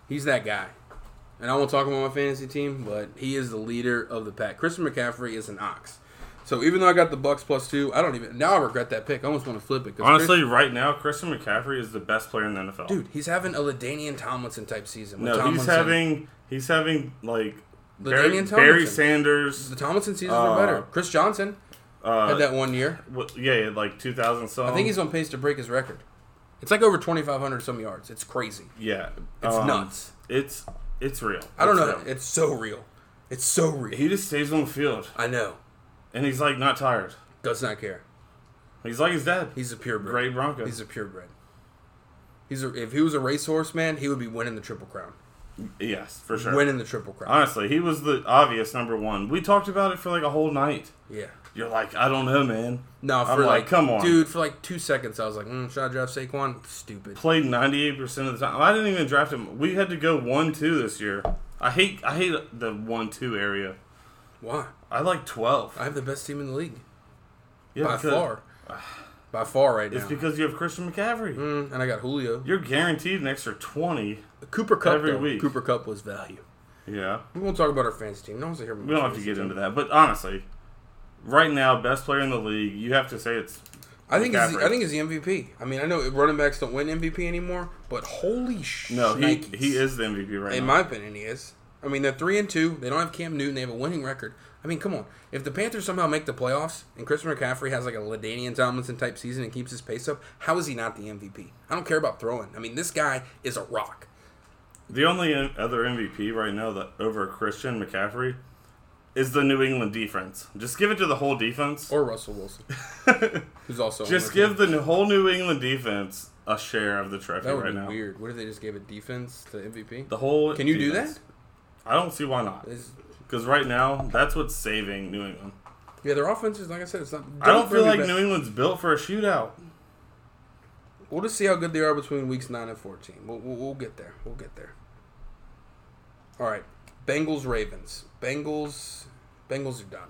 D: He's that guy. And I won't talk about my fantasy team, but he is the leader of the pack. Christian McCaffrey is an ox. So even though I got the Bucks plus two, I don't even now I regret that pick. I almost want to flip it. 'cause
E: Honestly, right now, Christian McCaffrey is the best player in the NFL.
D: Dude, he's having a Ladanian Tomlinson type season. with
E: no, he's
D: Tomlinson-
E: having he's having like Barry,
D: Ladainian
E: Barry
D: Tomlinson.
E: Sanders.
D: the Tomlinson seasons
E: Uh,
D: were better. Chris Johnson
E: Uh, um,
D: had that one year.
E: What, yeah, yeah, like 2000 something.
D: I think he's on pace to break his record. It's like over 2,500 some yards. It's crazy.
E: Yeah, Um,
D: It's nuts.
E: It's it's real.
D: I don't
E: It's
D: know.
E: real.
D: It's so real. It's so real.
E: he just stays on the field,
D: I know.
E: and he's like not tired.
D: Does not care.
E: He's like his dad.
D: He's a purebred.
E: Great Bronco.
D: He's a purebred. He's a, if he was a racehorse man, he would be winning the triple crown.
E: yes, for sure.
D: Winning the triple crown.
E: Honestly, he was the obvious number one. We talked about it for like a whole night.
D: yeah.
E: You're like, I don't know, man.
D: No, for
E: I'm
D: like,
E: like, come on,
D: dude. For like two seconds, I was like, mm, should I draft Saquon? Stupid.
E: Played 98 percent of the time. I didn't even draft him. We had to go one two this year. I hate I hate the one two area.
D: Why?
E: I like 12.
D: I have the best team in the league
E: yeah,
D: by
E: because- *sighs*
D: far. By far, right
E: It's
D: now.
E: because you have Christian McCaffrey.
D: Mm, and I got Julio.
E: You're guaranteed an extra 20.
D: Cooper Cup
E: Every
D: though.
E: week.
D: Cooper Cup was value.
E: Yeah.
D: We won't talk about our fantasy team. No one's here.
E: We don't have to get into that, but honestly, right now, best player in the league, you have to say it's.
D: I think he's,
E: McCaffrey.
D: I think he's the MVP. I mean, I know running backs don't win MVP anymore, but holy shit!
E: No, he he is the MVP right
D: In
E: now.
D: my opinion, he is. I mean, they're three and two. They don't have Cam Newton. They have a winning record. I mean, come on. If the Panthers somehow make the playoffs and Christian McCaffrey has like a Ladainian Tomlinson type season and keeps his pace up, how is he not the MVP? I don't care about throwing. I mean, this guy is a rock.
E: The only in- other MVP right now that over Christian McCaffrey is the New England defense. Just give it to the whole defense.
D: Or Russell
E: *laughs*
D: Wilson, who's also on the
E: Just
D: team.
E: give the new- whole New England defense a share of the trophy
D: that would
E: right
D: be
E: now.
D: weird. What if they just gave a defense to MVP?
E: The whole.
D: Can you do
E: defense. I don't see why not.
D: that? Is-
E: Because right now, that's what's saving New England.
D: yeah, their offense is like I said. It's not.
E: I don't feel
D: really
E: like
D: bad.
E: New England's built for a shootout.
D: We'll just see how good they are between weeks nine and fourteen. We'll, we'll, we'll get there. We'll get there. All right, Bengals Ravens. Bengals Bengals are done.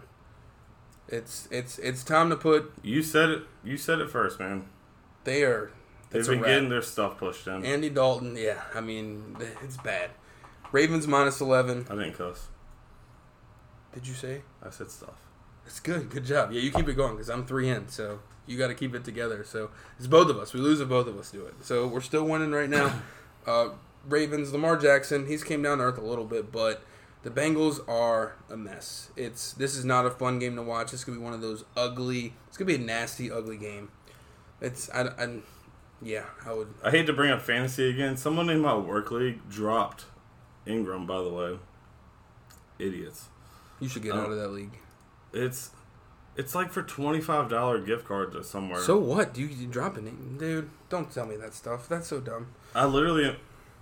D: It's it's it's time to put.
E: You said it. You said it first, man.
D: They are.
E: They've
D: It's a
E: been
D: wrap.
E: getting their stuff pushed in.
D: Andy Dalton. Yeah, I mean it's bad. Ravens minus eleven.
E: I didn't cuss.
D: Did you say?
E: I said stuff.
D: It's good. Good job. Yeah, you keep it going because I'm three in, so you got to keep it together. So it's both of us. We lose if both of us do it. So we're still winning right
E: *clears throat*
D: now. Uh, Ravens, Lamar Jackson, he's came down to earth a little bit, but the Bengals are a mess. It's this is not a fun game to watch. This could be one of those ugly. It's gonna be a nasty, ugly game. It's I, I yeah, I would.
E: I hate to bring up fantasy again. Someone in my work league dropped Ingram, by the way. Idiots.
D: You should
E: Oh.
D: get out of that league.
E: It's it's like for twenty five dollar gift card to somewhere.
D: So what? You you dropping it, dude? Don't tell me that stuff. That's so dumb.
E: I literally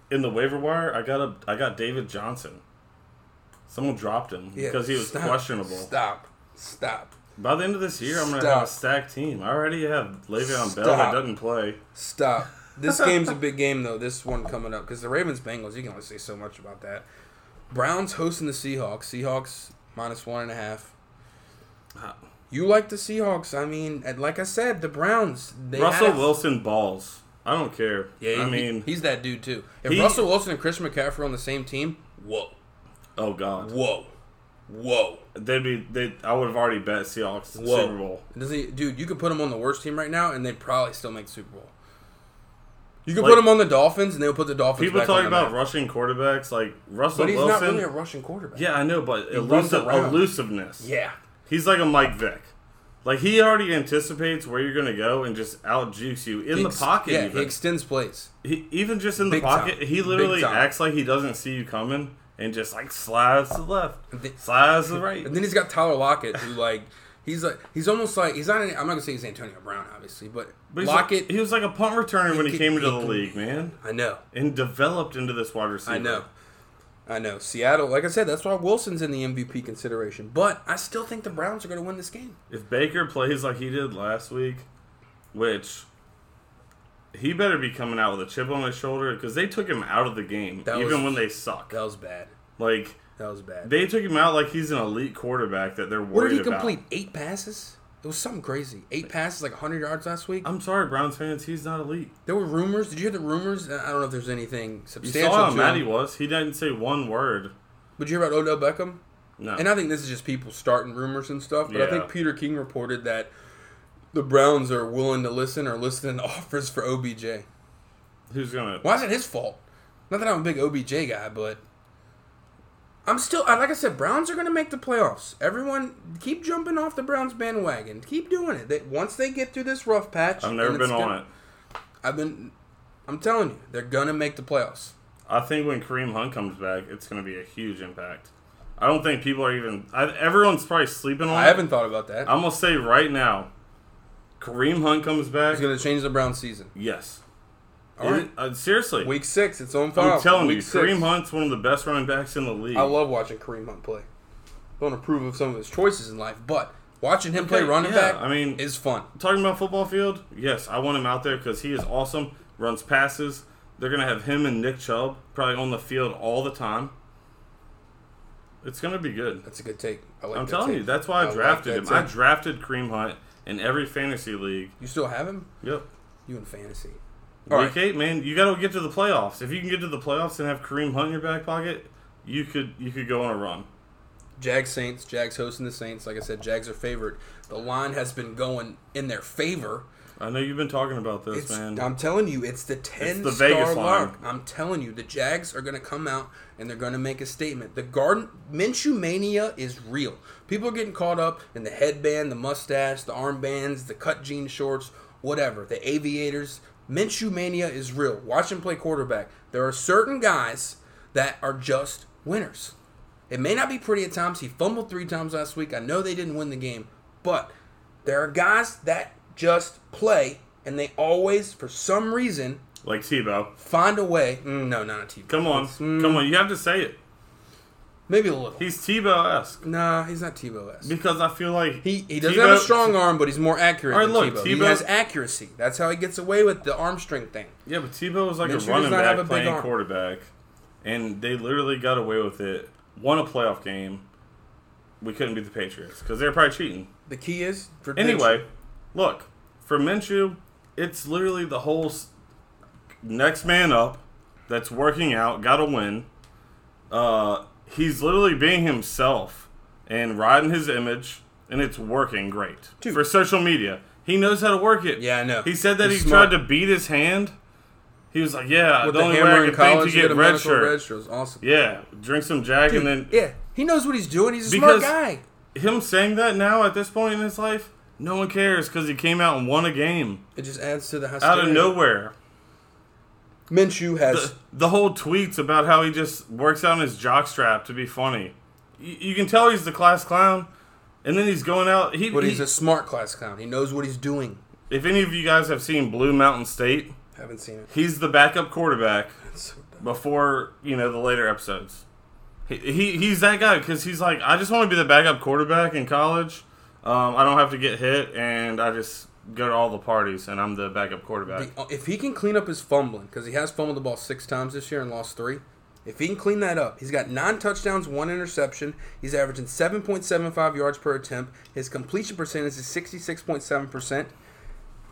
E: in the waiver wire I got a I got David Johnson. Someone dropped him
D: Yeah,
E: because he was
D: stop,
E: questionable.
D: Stop. Stop.
E: By the end of this year, I'm gonna have
D: Stop.
E: a stacked team. I already have Le'Veon
D: Stop.
E: Bell that doesn't play.
D: Stop. This game's a big game though. This one coming up because the Ravens Bengals. You can only say so much about that. Browns hosting the Seahawks. Seahawks minus one and a half. You like the Seahawks? I mean, and like I said, the Browns. They
E: Russell
D: had a-
E: Wilson balls. I don't care.
D: Yeah,
E: I
D: he-
E: mean,
D: he's that dude too. If
E: he-
D: Russell Wilson and Chris McCaffrey are on the same team, whoa,
E: oh god,
D: whoa, whoa,
E: they'd be. They, I would have already bet Seahawks to the
D: whoa.
E: Super Bowl.
D: Does he, dude? You could put him on the worst team right now, and they'd probably still make Super Bowl. You could put
E: Like-
D: him on the Dolphins, and they'll put the Dolphins.
E: People
D: back
E: talk
D: on the
E: about
D: map.
E: rushing quarterbacks like Russell
D: but he's
E: Wilson.
D: not really a Russian quarterback.
E: yeah, I know, but
D: runs
E: elusive,
D: around.
E: elusiveness.
D: yeah.
E: He's like a Mike Vick. Like he already anticipates where you're gonna go and just out jukes you in the
D: Ex-
E: pocket.
D: Yeah, he
E: even.
D: extends plays.
E: He, even just in the
D: Big
E: pocket,
D: time.
E: he
D: Big
E: literally
D: time.
E: acts like he doesn't see you coming and just like slides to the left,
D: then-
E: slides to the right.
D: And then he's got Tyler Lockett, who like he's like he's almost like he's not. An, I'm not gonna say he's Antonio Brown, obviously, but,
E: But he's
D: Lockett.
E: like- he was like a punt returner when he,
D: could-
E: came into
D: he
E: the
D: could-
E: league, man,
D: I know,
E: and developed into this wide receiver.
D: I know, I know. Seattle, like I said, that's why Wilson's in the MVP consideration. But I still think the Browns are gonna win this game.
E: If Baker plays like he did last week, which he better be coming out with a chip on his shoulder because they took him out of the game,
D: That
E: even
D: was-
E: when they suck.
D: That was bad.
E: Like
D: That was bad.
E: they took him out like he's an elite quarterback that they're
D: what did
E: worried
D: he
E: about.
D: complete? Eight passes. It was something crazy. Eight passes, like 100 yards last week.
E: I'm sorry, Browns fans, he's not elite.
D: There were rumors. Did you hear the rumors? I don't know if there's anything
E: You
D: substantial.
E: saw how
D: to
E: mad
D: them.
E: he was. He didn't say one word.
D: But you hear about Odell Beckham?
E: No.
D: And I think this is just people starting rumors and stuff. But I
E: Yeah.
D: think Peter King reported that the Browns are willing to listen or listening to *laughs* offers for OBJ.
E: Who's gonna?
D: Why is it his fault? Not that I'm a big OBJ guy, but I'm still I- like I said, Browns are going to make the playoffs. Everyone, keep jumping off the Browns bandwagon. Keep doing it. They, once they get through this rough patch,
E: I've never
D: and
E: been
D: it's
E: on
D: gonna-
E: it.
D: I've been. I'm telling you, they're gonna make the playoffs.
E: I think when Kareem Hunt comes back, it's gonna be a huge impact. I don't think people are even. I, everyone's probably sleeping on.
D: I
E: it.
D: haven't thought about that.
E: I'm gonna say right now, Kareem Hunt comes back.
D: It's gonna change the Browns season.
E: yes.
D: All right.
E: Uh, seriously,
D: Week six, it's on file.
E: I'm telling
D: Week
E: you,
D: six.
E: Kareem Hunt's one of the best running backs in the league.
D: I love watching Kareem Hunt play. Don't approve of some of his choices in life, but watching him play
E: Okay,
D: running
E: yeah,
D: back,
E: I mean-
D: is fun.
E: Talking about football field, yes, I want him out there because he is awesome. Runs passes. They're gonna have him and Nick Chubb probably on the field all the time. It's gonna be good.
D: That's a good take. I like
E: I'm
D: that
E: telling
D: take.
E: you, that's why I,
D: like
E: drafted
D: that
E: him. I
D: take.
E: drafted Kareem Hunt in every fantasy league.
D: you still have him?
E: Yep.
D: You in fantasy? All
E: Week
D: right.
E: eight, man, you got to get to the playoffs. If you can get to the playoffs and have Kareem Hunt in your back pocket, you could you could go on a run.
D: Jags Saints. Jags hosting the Saints. Like I said, Jags are favored. The line has been going in their favor.
E: I know you've been talking about this,
D: It's,
E: man.
D: I'm telling you, it's the ten
E: the
D: star
E: Vegas line.
D: mark. I'm telling you, the Jags are going to come out and they're going to make a statement. The Garden Minshew mania is real. People are getting caught up in the headband, the mustache, the armbands, the cut jean shorts, whatever. The aviators. Minshew mania is real. Watch him play quarterback. There are certain guys that are just winners. It may not be pretty at times. He fumbled three times last week. I know they didn't win the game, but there are guys that just play and they always, for some reason,
E: like Tebow,
D: find a way. Mm, no, not a Tebow.
E: come on, come
D: mm.
E: on, you have to say it.
D: Maybe a little.
E: He's Tebow esque
D: nah, he's not Tebow esque.
E: because I feel like
D: He, he doesn't have a strong arm, but he's more accurate
E: All right,
D: than
E: look,
D: Tebow. He
E: Tebow-
D: has accuracy. That's how he gets away with the arm string thing.
E: Yeah, but Tebow was like
D: Minshew does
E: a running
D: not have
E: back
D: a big
E: playing
D: arm.
E: quarterback, and they literally got away with it. Won a playoff game. We couldn't beat the Patriots because they're probably cheating.
D: The key is for
E: Anyway, look for Minshew, it's literally the whole s- next man up that's working out, got to win. Uh, he's literally being himself and riding his image, and it's working great
D: Dude.
E: for social media. He knows how to work it.
D: Yeah, I know.
E: He said that
D: He's
E: he
D: smart.
E: tried to beat his hand. He was like, "Yeah,
D: with
E: the,
D: the
E: only way I
D: hammer in
E: could think
D: college,
E: to
D: you
E: get
D: get a
E: red
D: medical
E: shirt.
D: red shirt. It's awesome.
E: Yeah, drink some Jack,
D: Dude,
E: and then
D: yeah, he knows what he's doing. He's a
E: Because-
D: smart guy.
E: him saying that now at this point in his life, no one cares because he came out and won a game.
D: It just adds to the
E: out
D: hysteria.
E: of nowhere.
D: Minshew has
E: The, the whole tweets about how he just works out in his jockstrap to be funny. You, you can tell he's the class clown, and then he's going out. He,
D: But
E: he-
D: he's a smart class clown. He knows what he's doing.
E: if any of you guys have seen Blue Mountain State,
D: Haven't seen it.
E: he's the backup quarterback
D: So dumb.
E: before you know the later episodes. He, he he's that guy because he's like, I just want to be the backup quarterback in college. Um, I don't have to get hit, and I just go to all the parties, and I'm the backup quarterback.
D: The- uh, If he can clean up his fumbling, because he has fumbled the ball six times this year and lost three, if he can clean that up, he's got nine touchdowns, one interception. He's averaging 7.75 yards per attempt. His completion percentage is 66.7%.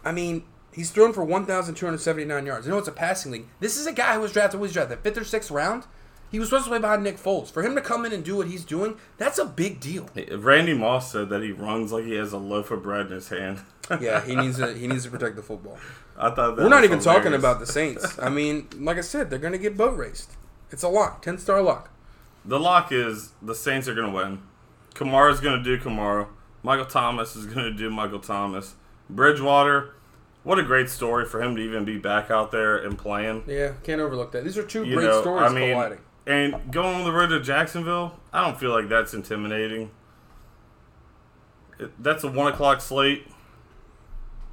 D: I mean, he's thrown for 1,279 yards. You know, it's a passing league. This is a guy who was drafted, what was he drafted, fifth or sixth round? He was supposed to play behind Nick Foles. For him to come in and do what he's doing, that's a big deal.
E: Randy Moss said that he runs like he has a loaf of bread in his hand.
D: Yeah, he needs to he needs to protect the football.
E: I thought that
D: We're not
E: was
D: even talking
E: hilarious.
D: about the Saints. I mean, like I said, they're going to get boat raced. It's a lock, ten star lock.
E: The lock is the Saints are going to win. Kamara's going to do Kamara. Michael Thomas is going to do Michael Thomas. Bridgewater, what a great story for him to even be back out there and playing.
D: Yeah, can't overlook that. These are two
E: You
D: great
E: know,
D: stories
E: I mean,
D: colliding.
E: and going on the road to Jacksonville, I don't feel like that's intimidating. It, that's a one o'clock slate.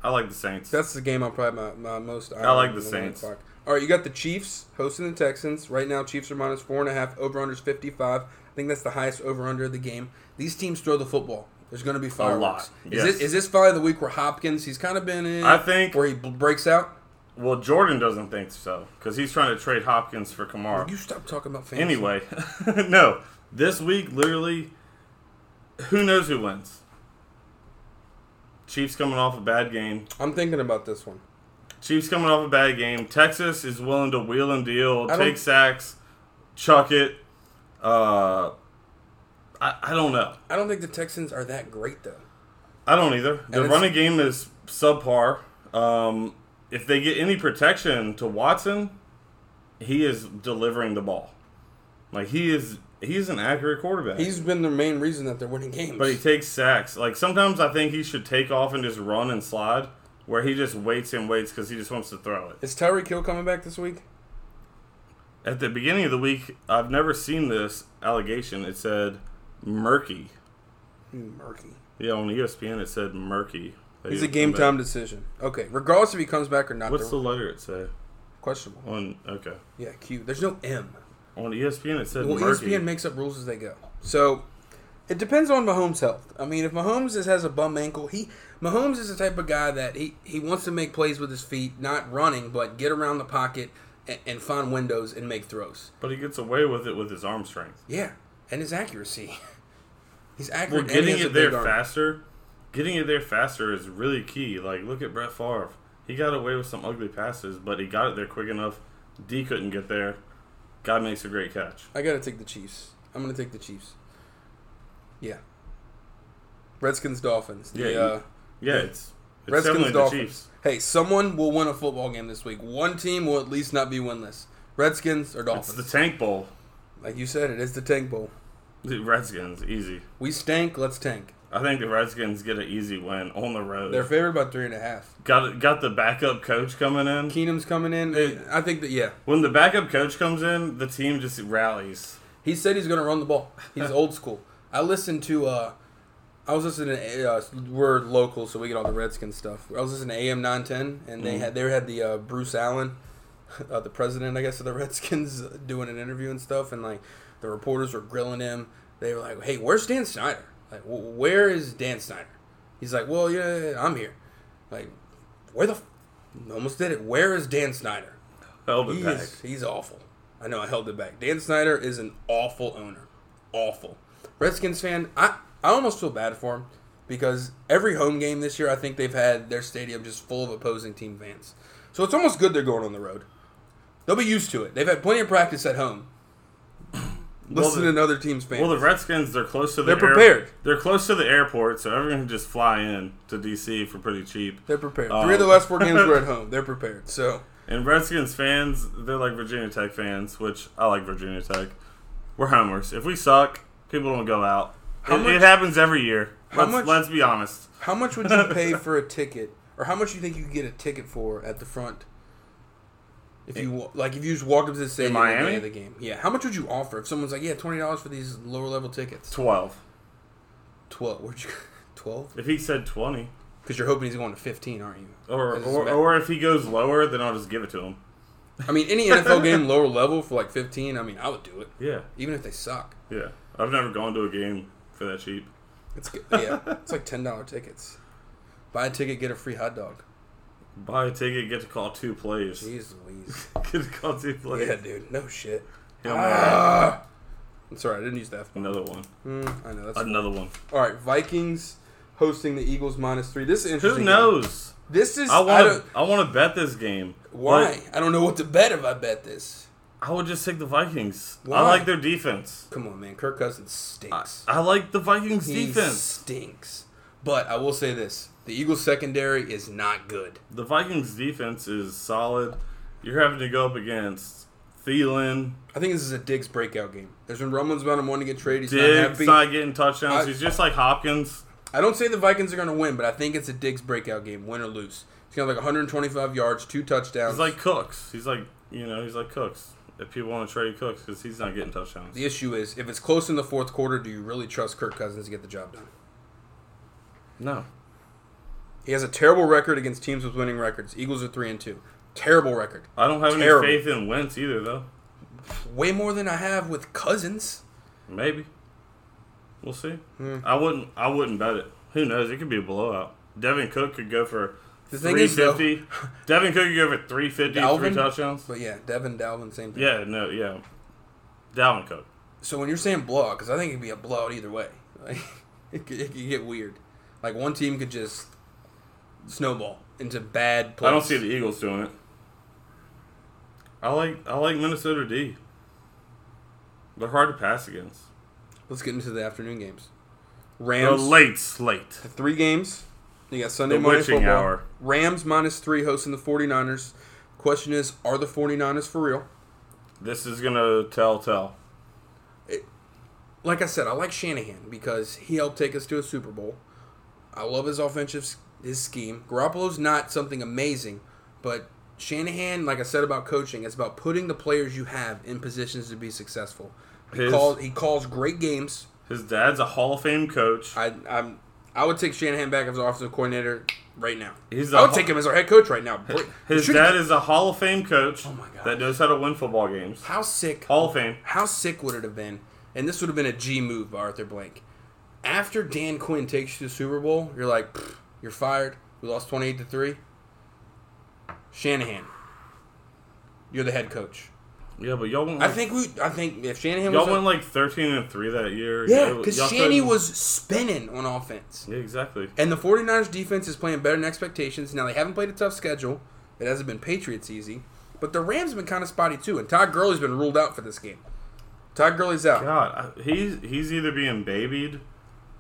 E: I like the Saints.
D: That's the game I'm probably my, my most.
E: I like the Saints.
D: All right, you got the Chiefs hosting the Texans right now. Chiefs are minus four and a half. Over unders fifty five. I think that's the highest over under of the game. These teams throw the football. There's going to be fireworks. Is,
E: lot, yes.
D: this, is this finally the week where Hopkins? He's kind of been in.
E: I think-
D: where he b- breaks out.
E: well, Jordan doesn't think so because he's trying to trade Hopkins for Kamara.
D: You stop talking about fantasy.
E: Anyway, *laughs* no, this week literally, who knows who wins? Chiefs coming off a bad game.
D: I'm thinking about this one.
E: Chiefs coming off a bad game. Texas is willing to wheel and deal,
D: I don't-
E: take sacks, chuck it. Uh, I, I don't know.
D: I don't think the Texans are that great though.
E: I don't either. The
D: it's-
E: running game is subpar. Um, if they get any protection to Watson, he is delivering the ball. Like he is, he's an accurate quarterback.
D: He's been the main reason that they're winning games.
E: But he takes sacks. Like sometimes I think he should take off and just run and slide, where he just waits and waits because he just wants to throw it.
D: is Tyreek Hill coming back this week?
E: At the beginning of the week, I've never seen this allegation. It said murky.
D: Murky.
E: Yeah, on E ESPN it said murky.
D: It's a game time decision. Okay, regardless if he comes back or not,
E: What's the
D: they're
E: letter it say?
D: questionable.
E: On okay.
D: Yeah, Q. There's no M.
E: On E ESPN it said
D: Well, E
E: murky.
D: ESPN makes up rules as they go. So it depends on Mahomes' health. I mean, if Mahomes is, has a bum ankle, he Mahomes is the type of guy that he, he wants to make plays with his feet, not running, but get around the pocket and, and find windows and make throws.
E: but he gets away with it with his arm strength.
D: Yeah, and his accuracy. *laughs* He's
E: Well,
D: accurate. and he
E: getting
D: has a
E: it there
D: big arm.
E: faster, getting it there faster is really key. Like, look at Brett Favre. He got away with some ugly passes, but he got it there quick enough. D couldn't get there. Guy makes a great catch.
D: I gotta take the Chiefs. I'm gonna take the Chiefs. Yeah. Redskins Dolphins. The,
E: Yeah, you-
D: uh,
E: Yeah, it's, it's
D: Redskins
E: definitely the
D: Dolphins.
E: Chiefs.
D: Hey, someone will win a football game this week. One team will at least not be winless. Redskins or
E: It's the
D: Dolphins.
E: Tank Bowl.
D: like you said, it is the tank bowl.
E: The Redskins, easy.
D: We stank. Let's tank.
E: I think the Redskins get an easy win on the road.
D: They're favored by three and a half.
E: got got the backup coach coming in.
D: Keenum's coming in. I think that yeah.
E: When the backup coach comes in, the team just rallies.
D: He said he's going to run the ball. He's old school. I listened to, uh, I was listening to, uh, we're local, so we get all the Redskins stuff. I was listening to AM 910, and they had they had the uh, Bruce Allen, uh, the president, I guess, of the *laughs* Redskins, uh, doing an interview and stuff, and like the reporters were grilling him. They were like, "Hey, where's Dan Snyder? Like, w- where is Dan Snyder?" He's like, "Well, yeah, yeah, yeah, I'm here." Like, where the, f- almost did it. Where is Dan Snyder?
E: Held it
D: He
E: back.
D: is, he's awful. I know I held it back. Dan Snyder is an awful owner. Awful. Redskins fan, I, I almost feel bad for him because every home game this year, I think they've had their stadium just full of opposing team fans. So it's almost good they're going on the road. They'll be used to it. They've had plenty of practice at home. Listening
E: the-
D: to other teams' fans.
E: Well, the Redskins, they're close to the
D: They're prepared.
E: They're close to the airport, so everyone can just fly in to DC for pretty cheap.
D: they're prepared.
E: Um,
D: Three of the last four games
E: *laughs*
D: were at home. They're prepared. So
E: And Redskins fans, they're like Virginia Tech fans, which I like Virginia Tech. We're homers. If we suck, people don't go out. It,
D: much-
E: it happens every year.
D: How
E: let's,
D: much-
E: let's be honest.
D: How much would you
E: *laughs*
D: pay for a ticket, or how much do you think you could get a ticket for at the front? If you wa- like, if you just walked up to the stadium on the day
E: Miami?
D: of the game, yeah. How much would you offer if someone's like, "Yeah, twenty dollars for these lower level tickets"?
E: 12.
D: Twelve? Where'd you? *laughs* Twelve?
E: If he said 20,
D: Because you're hoping he's going to fifteen, aren't you?
E: or,
D: This is
E: or,
D: bad.
E: or if he goes lower, then I'll just give it to him.
D: I mean, any NFL
E: *laughs*
D: game lower level for like fifteen. I mean, I would do it,
E: Yeah.
D: even if they suck.
E: Yeah. I've never gone to a game for that cheap.
D: It's good. yeah, it's like ten dollar tickets. Buy a ticket, get a free hot dog.
E: Buy a ticket, get to call two plays.
D: Jeez Louise.
E: *laughs* Get to call two plays.
D: Yeah, dude. No shit. Ah!
E: Hail Mary.
D: I'm sorry, I didn't use the F bomb.
E: Another one.
D: I know that's
E: Another one.
D: all right. Vikings hosting the Eagles minus three. This is
E: Who
D: interesting.
E: knows?
D: This is I
E: I want
D: don't,
E: to. I want to bet this game.
D: why
E: But
D: I don't know what to bet if I bet this.
E: I would just take the Vikings.
D: Why?
E: I like their defense.
D: Come on, man. Kirk Cousins stinks.
E: I like the Vikings
D: He
E: defense.
D: stinks. But I will say this: the Eagles secondary is not good.
E: The Vikings defense is solid. You're having to go up against Thielen.
D: I think this is a Diggs breakout game. There's been rumblings about him wanting to get traded. He's not
E: Diggs
D: happy.
E: not getting touchdowns.
D: I-
E: He's just like Hopkins.
D: I don't say the Vikings are going to win, but I think it's a Diggs breakout game, win or lose. He's going to have like 125 yards, two touchdowns.
E: He's like Cooks. He's like you know. He's like Cooks. If people want to trade Cooks, because he's not getting touchdowns.
D: the issue is, if it's close in the fourth quarter, do you really trust Kirk Cousins to get the job done?
E: No.
D: He has a terrible record against teams with winning records. Eagles are three and two. Terrible record.
E: I don't have
D: Terrible.
E: any faith in Wentz either, though.
D: Way more than I have with Cousins.
E: Maybe. We'll see.
D: Hmm.
E: I wouldn't. I wouldn't bet it. Who knows? It could be a blowout. Devin Cook could go for
D: The thing
E: three
D: is, though-
E: fifty.
D: *laughs*
E: Devin Cook could go for three fifty, three
D: Dalvin?
E: touchdowns.
D: But yeah, Devin Dalvin, same thing.
E: Yeah. No. Yeah. Dalvin Cook.
D: So when you're saying blowout, because I think it'd be a blowout either way. *laughs* Like, it, could, it could get weird. Like one team could just snowball into bad. Plays.
E: I don't see the Eagles doing it. I like. I like Minnesota D. They're hard to pass against.
D: Let's get into the afternoon games.
E: The
D: Rams
E: late slate.
D: three games. You got Sunday
E: The
D: morning
E: witching
D: football.
E: hour.
D: Rams minus three hosting the 49ers. Question is, are the 49ers for real?
E: This is gonna tell tell.
D: Like I said, I like Shanahan because he helped take us to a Super Bowl. I love his offensive s- his scheme. Garoppolo's not something amazing, but Shanahan, like I said about coaching, it's about putting the players you have in positions to be successful. He,
E: His-
D: calls, he calls great games.
E: His dad's a Hall of Fame coach.
D: I I'm I would take Shanahan back as offensive coordinator right now.
E: He's
D: I would
E: a-
D: take him as our head coach right now. Br-
E: His
D: should-
E: dad is a Hall of Fame coach
D: Oh my gosh.
E: that knows how to win football games.
D: how sick
E: Hall of Fame.
D: how sick would it have been? And this would have been a G move by Arthur Blank. After Dan Quinn takes you to the Super Bowl, you're like, "Pfft, you're fired. We lost twenty eight to three. Shanahan, you're the head coach.
E: Yeah, but y'all went.
D: I
E: Like,
D: think we. I think if Shanahan
E: y'all
D: was
E: went like thirteen and three that year.
D: yeah,
E: Y'all-
D: because
E: y'all
D: Shanny
E: couldn't-
D: was spinning on offense.
E: Yeah, exactly.
D: And the 49ers defense is playing better than expectations. Now, they haven't played a tough schedule. It hasn't been Patriots easy. But the Rams have been kind of spotty, too. And Todd Gurley's been ruled out for this game. Todd Gurley's out.
E: God, I- he's he's either being babied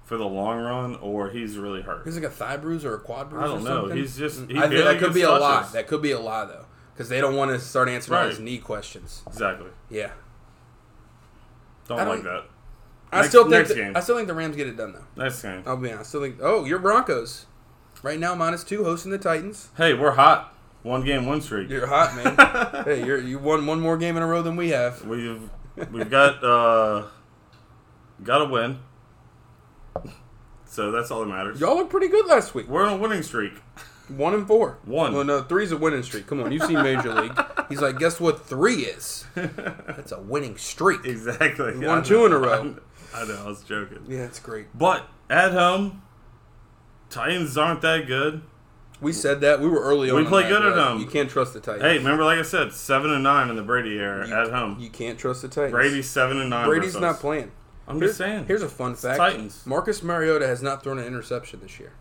E: for the long run or he's really hurt.
D: He's like a thigh bruise or a quad bruise
E: I don't
D: or
E: know.
D: something.
E: He's just- he
D: I think
E: barely
D: that could
E: gets
D: be a lie.
E: touches.
D: That could be a lie, though. Because they don't want to start answering all
E: Right.
D: his knee questions.
E: Exactly.
D: Yeah.
E: Don't,
D: I don't-
E: like that.
D: I
E: Next-
D: still think
E: next
D: the,
E: game.
D: I still think the Rams get it done, though.
E: Next game.
D: I'll be honest. I still think, oh, you're Broncos. Right now, minus two, hosting the Titans.
E: Hey, we're hot. One game, one streak.
D: You're hot,
E: *laughs*
D: man. hey, you're, you won one more game in a row than we have.
E: We've we've got uh got to win. So that's all that matters.
D: Y'all look pretty good last week.
E: We're on a winning streak. *laughs*
D: One and four.
E: One.
D: Well, no, three's a winning streak. Come on, you've seen Major League. He's like, guess what? Three
E: *laughs*
D: is. That's a winning streak.
E: Exactly.
D: won two in a row.
E: I know. I was joking.
D: Yeah, it's great.
E: But at home, Titans aren't that good.
D: We said that. We were early on.
E: We
D: on
E: play
D: that,
E: good at
D: guys.
E: home.
D: You can't trust the Titans.
E: Hey, remember, like I said, seven and nine in the Brady era
D: You-
E: at home.
D: You can't trust the Titans.
E: Brady's seven and nine.
D: Brady's
E: versus
D: not
E: us.
D: playing.
E: I'm
D: Here-
E: just saying.
D: Here's a fun fact.
E: Titans.
D: Marcus Mariota has not thrown an interception this year.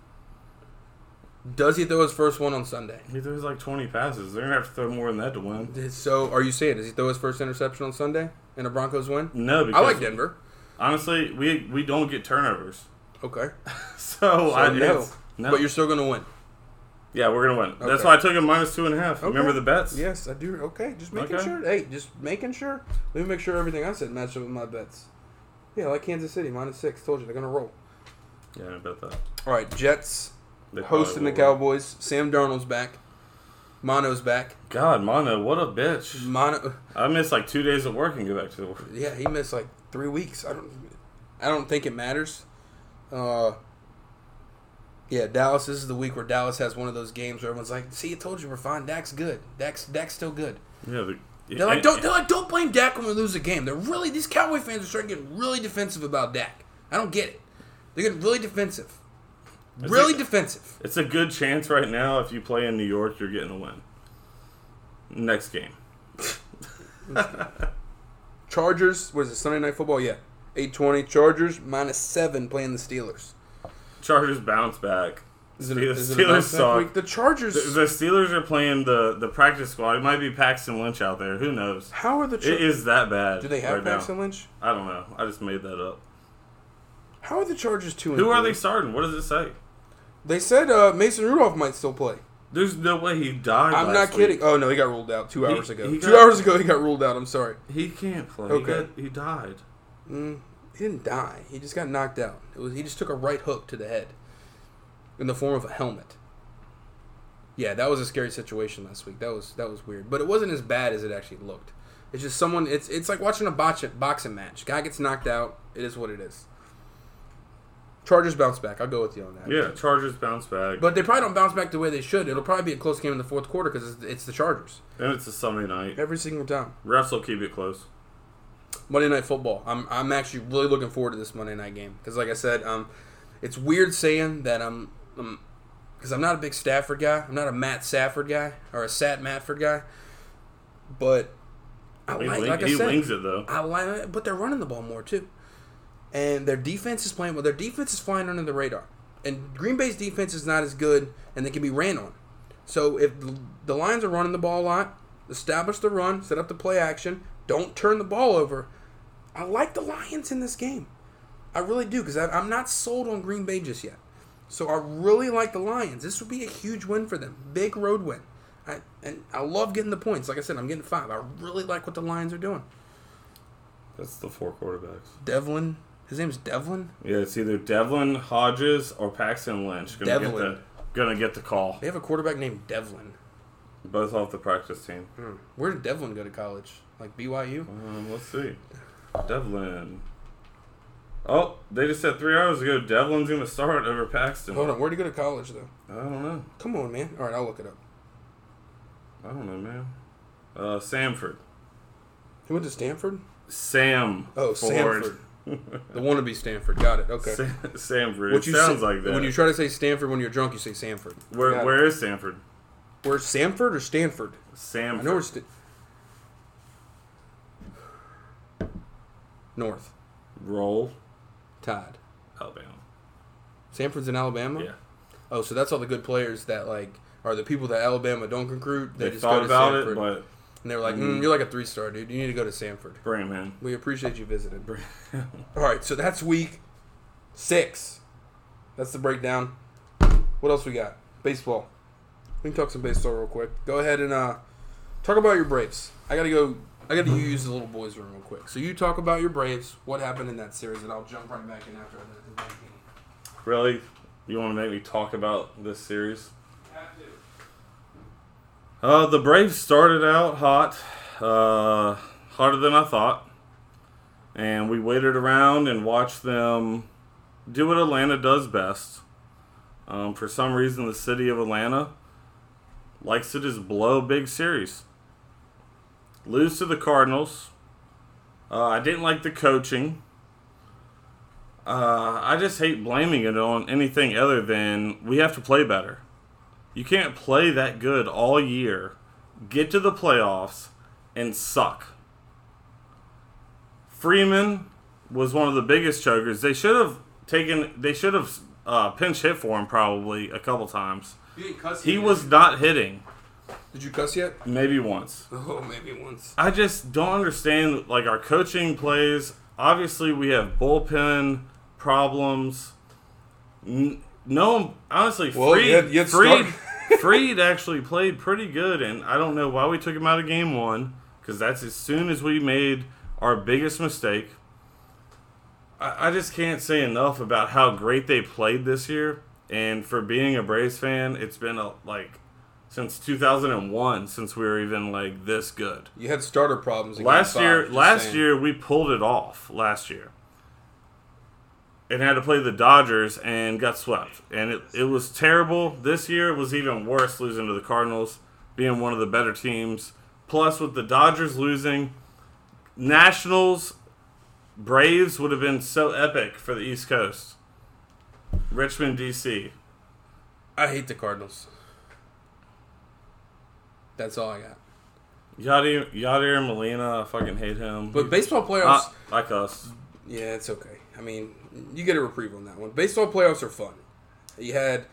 D: Does he throw his first one on Sunday?
E: he throws like 20 passes. They're gonna have to throw more than that to win.
D: So, are you saying does he throw his first interception on Sunday in a Broncos win?
E: No, because
D: I like Denver.
E: honestly, we we don't get turnovers. *laughs*
D: Okay.
E: So,
D: So
E: I
D: no.
E: it's- no.
D: But you're still going to win.
E: yeah, we're gonna win. That's
D: Okay.
E: why I took a minus two and a half. Remember the bets?
D: Yes, I do. Okay, just making
E: Okay.
D: sure. Hey, just making sure. Let me make sure everything I said matched up with my bets. Yeah, I like Kansas City minus six. Told you they're gonna roll.
E: Yeah, I bet that.
D: All right, Jets
E: They
D: hosting the
E: probably will.
D: Cowboys. Sam Darnold's back. Mono's back.
E: God, Mono, what a bitch.
D: Mono.
E: I missed like two days of work and go back to the work.
D: Yeah, he missed like three weeks. I don't. I don't think it matters. Uh. Yeah, Dallas. This is the week where Dallas has one of those games where everyone's like, "See, I told you we're fine. Dak's good. Dak's Dak's still good."
E: Yeah, the,
D: They're like, don't, they're like, don't blame Dak when we lose a game. They're really these Cowboy fans are starting to get really defensive about Dak. I don't get it. They're getting really defensive. Really
E: it.
D: defensive.
E: It's a good chance right now if you play in New York, you're getting a win. Next game.
D: Chargers, what is it, Sunday night football? Yeah. 820. Chargers minus seven playing the Steelers.
E: Chargers bounce back.
D: Is it,
E: Steelers-
D: is it
E: Steelers
D: about that
E: suck.
D: week? The Chargers.
E: The the Steelers are playing the, the practice squad. It might be Paxton Lynch out there. Who knows?
D: how are the Char-
E: It is that bad.
D: Do they have
E: right now.
D: Paxton Lynch?
E: I don't know. I just made that up.
D: How are the Chargers two? and
E: Who are
D: three?
E: they starting? What does it say?
D: They said uh, Mason Rudolph might still play.
E: There's no way he died.
D: I'm
E: last
D: not
E: week.
D: kidding. Oh no, he got ruled out two
E: He-
D: hours ago.
E: he
D: two
E: got-
D: hours ago, he got ruled out. I'm sorry.
E: He can't play.
D: Okay.
E: He, got, he died.
D: He didn't die. He just got knocked out. It was he just took a right hook to the head, in the form of a helmet. Yeah, that was a scary situation last week. That was that was weird, but it wasn't as bad as it actually looked. It's just someone. It's it's like watching a botch, boxing match. Guy gets knocked out. It is what it is. Chargers bounce back. I'll go with you on that.
E: Yeah, Chargers bounce back.
D: But they probably don't bounce back the way they should. It'll probably be a close game in the fourth quarter because it's, it's the Chargers
E: and it's a Sunday night.
D: every single time.
E: Refs will keep it close.
D: Monday Night Football. I'm I'm actually really looking forward to this Monday Night game because, like I said, um, it's weird saying that I'm, um, because I'm not a big Stafford guy. I'm not a Matt Stafford guy or a Sat Matford guy. But I
E: He,
D: like,
E: wing-
D: like I
E: he
D: said,
E: wings it though.
D: I like, but they're running the ball more too, and their defense is playing well. Their defense is flying under the radar, and Green Bay's defense is not as good, and they can be ran on. So if the- the Lions are running the ball a lot, establish the run, set up the play action, don't turn the ball over. I like the Lions in this game. I really do because I'm not sold on Green Bay just yet. So I really like the Lions. This would be a huge win for them, big road win. I, and I love getting the points. Like I said, I'm getting five. I really like what the Lions are doing.
E: That's the four quarterbacks.
D: Devlin. His name's Devlin.
E: Yeah, it's either Devlin Hodges or Paxton Lynch. Gonna
D: Devlin.
E: Get the, gonna get the call.
D: They have a quarterback named Devlin.
E: Both off the practice team.
D: Where did Devlin go to college? Like BYU?
E: Um, let's see. Devlin. Oh, they just said three hours ago Devlin's gonna start over Paxton.
D: Hold on. Where'd he go to college though?
E: I don't know.
D: Come on, man. All right, I'll look it up.
E: I don't know, man. Uh, Samford.
D: He went to Stanford.
E: Sam.
D: Oh,
E: *laughs*
D: Samford. The wannabe Stanford. Got it. Okay.
E: Sam, Samford.
D: What
E: it sounds
D: say-
E: like that.
D: When you try to say Stanford when you're drunk, you say Sanford.
E: where, where is Samford?
D: Where's Sanford or Stanford?
E: Samford.
D: I know where. St- North.
E: Roll.
D: Todd.
E: Alabama.
D: Sanford's in Alabama.
E: Yeah.
D: Oh, so that's all the good players that like are the people that Alabama don't recruit. They,
E: They,
D: just
E: thought
D: go to
E: about
D: Sanford.
E: it, but Mm-hmm.
D: And they were like, mm, "You're like a three star dude. You need to go to Sanford."
E: bring him in.
D: We appreciate you visiting.
E: *laughs*
D: All right, so that's week six. That's the breakdown. What else we got? Baseball. We can talk some baseball real quick. Go ahead and uh, talk about your Braves. I gotta go. I gotta use the little boys' room real quick. So you talk about your Braves. What happened in that series, and I'll jump right back in after that.
E: Really? You want to make me talk about this series? Uh, the Braves started out hot, uh, hotter than I thought, and we waited around and watched them do what Atlanta does best. Um, for some reason, the city of Atlanta likes to just blow big series. Lose to the Cardinals. Uh, I didn't like the coaching. Uh, I just hate blaming it on anything other than we have to play better. You can't play that good all year, get to the playoffs, and suck. Freeman was one of the biggest chokers. They should have taken. They should have uh, pinch hit for him probably a couple times.
D: You didn't cuss.
E: He was not hitting.
D: Did you cuss yet? *laughs*
E: Maybe once.
D: Oh, maybe once.
E: I just don't understand like our coaching plays. Obviously, we have bullpen problems. N- No, honestly,
D: Well,
E: Freed,
D: you had- you had
E: Freed,
D: start- *laughs*
E: Freed actually played pretty good, and I don't know why we took him out of game one because that's as soon as we made our biggest mistake. I, I just can't say enough about how great they played this year, and for being a Braves fan, it's been a, like since 2001 since we were even like this good
D: You had starter problems in
E: last
D: game five,
E: year
D: just
E: last
D: saying.
E: year we pulled it off last year and had to play the dodgers and got swept and it, it was terrible this year it was even worse losing to the cardinals being one of the better teams plus with the dodgers losing nationals braves would have been so epic for the east coast Richmond, D.C.
D: I hate the Cardinals. That's all I got.
E: Yadier, Yadier Molina, I fucking hate him.
D: But baseball playoffs,
E: Ah, like us.
D: yeah, it's okay. I mean, you get a reprieve on that one. Baseball playoffs are fun. You had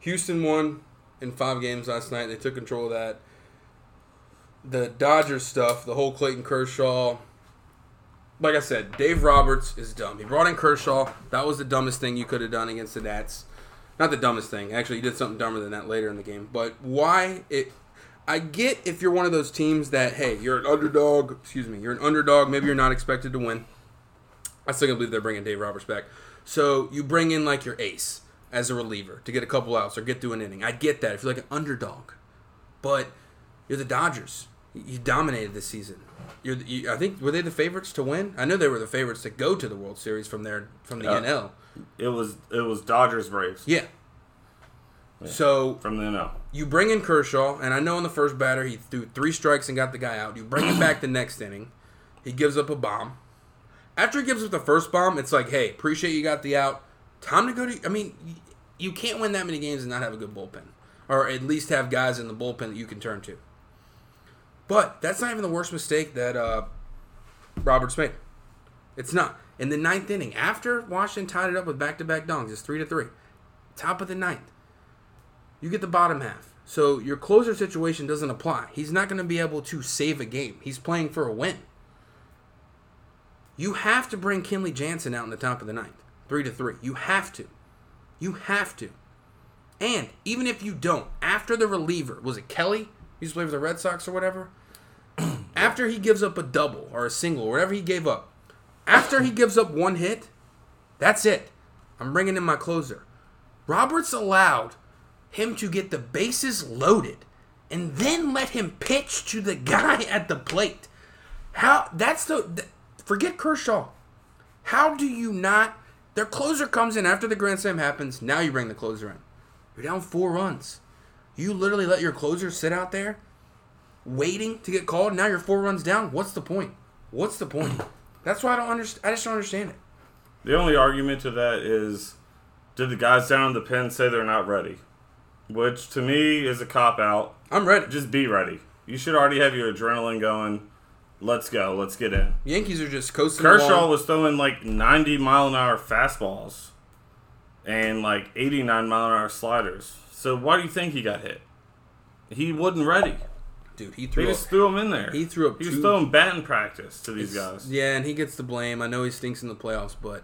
D: Houston won in five games last night. They took control of that. The Dodgers stuff, the whole Clayton Kershaw. Like I said, Dave Roberts is dumb. He brought in Kershaw. That was the dumbest thing you could have done against the Nats. Not the dumbest thing. Actually, you did something dumber than that later in the game. But why it? I get if you're one of those teams that hey, you're an underdog. Excuse me, you're an underdog. Maybe you're not expected to win. I still can't believe they're bringing Dave Roberts back. So you bring in like your ace as a reliever to get a couple outs or get through an inning. I get that if you're like an underdog, but you're the Dodgers. You you dominated this season. You're, the- you, I think were they the favorites to win? I know they were the favorites to go to the World Series from their from the
E: Uh,
D: NL.
E: It was it was Dodgers Braves
D: Yeah. So
E: from the NL.
D: you bring in Kershaw, and I know in the first batter he threw three strikes and got the guy out. You bring him back the next inning. He gives up a bomb. After he gives up the first bomb, it's like, hey, appreciate you got the out. Time to go to. I mean, y- you can't win that many games and not have a good bullpen, or at least have guys in the bullpen that you can turn to. But that's not even the worst mistake that uh, Roberts made. It's not. In the ninth inning, after Washington tied it up with back-to-back dongs, it's three to three. Top of the ninth you get the bottom half. So your closer situation doesn't apply. He's not going to be able to save a game. He's playing for a win. You have to bring Kinley Jansen out in the top of the ninth, three to three. You have to. You have to. And even if you don't, after the reliever, was it Kelly? He used to play for the Red Sox or whatever. after he gives up a double or a single, or whatever he gave up, after he gives up one hit, that's it. I'm bringing in my closer. Roberts allowed him to get the bases loaded and then let him pitch to the guy *laughs* at the plate. How that's the th- forget Kershaw. How do you not their closer comes in after the grand slam happens. Now you bring the closer in. You're down 4 runs. You literally let your closer sit out there waiting to get called. Now you're 4 runs down. What's the point? What's the point? That's why I don't understand I just don't understand it.
E: The only argument to that is, did the guys down in the pen say they're not ready? Which to me is a cop out.
D: I'm ready.
E: Just be ready. You should already have your adrenaline going. Let's go. Let's get in.
D: Yankees are just coasting
E: Kershaw
D: along.
E: was throwing like 90 mile an hour fastballs and like 89 mile an hour sliders. So why do you think he got hit? He wasn't ready.
D: dude. He
E: They
D: threw. a-
E: just threw him in there.
D: he threw up
E: He was
D: two-
E: throwing batting practice to these guys.
D: Yeah, and he gets the blame. I know he stinks in the playoffs, but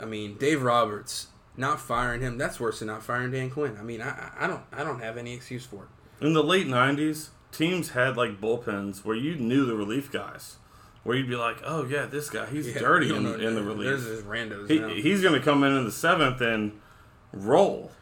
D: I mean, Dave Roberts not firing him—that's worse than not firing Dan Quinn. I mean, I, I- I don't, I don't have any excuse for it.
E: In the late 90s, teams had like bullpens where you knew the relief guys. Where you'd be like, oh yeah, this guy, he's
D: *laughs* Yeah,
E: dirty
D: you
E: in,
D: don't know-
E: in the
D: There's
E: relief.
D: just randos now.
E: He, he's going to come in in the seventh and roll.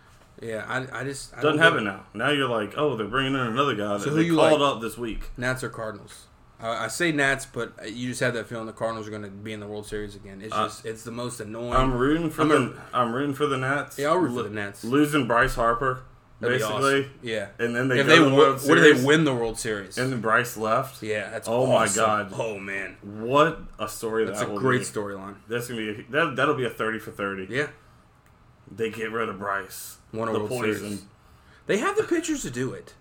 D: yeah, I, I just I
E: Doesn't
D: don't get
E: happen
D: it.
E: now. Now you're like, oh, they're bringing in another guy that
D: who
E: they
D: you
E: called
D: like?
E: up this week.
D: Nats or Cardinals. I, I say Nats, but you just have that feeling the Cardinals are going to be in the World Series again. It's just it's the most annoying.
E: I'm rooting for
D: I'm a-
E: the i I'm rooting for the Nats.
D: Yeah, I'll root for
E: Lo-
D: the Nats.
E: Losing Bryce Harper,
D: That'd be awesome.
E: basically.
D: yeah.
E: And then they
D: if
E: go
D: they
E: to the
D: win,
E: World
D: what do they
E: Series.
D: win the World Series?
E: And then Bryce left.
D: yeah, that's
E: Oh my
D: awesome.
E: God.
D: oh man,
E: What a story
D: that's
E: that
D: a
E: will
D: great
E: be.
D: storyline.
E: That's gonna be a, that that'll be a thirty for thirty.
D: Yeah.
E: They get rid of Bryce.
D: Won a
E: the
D: World
E: poison.
D: Series. They have the pitchers to do it.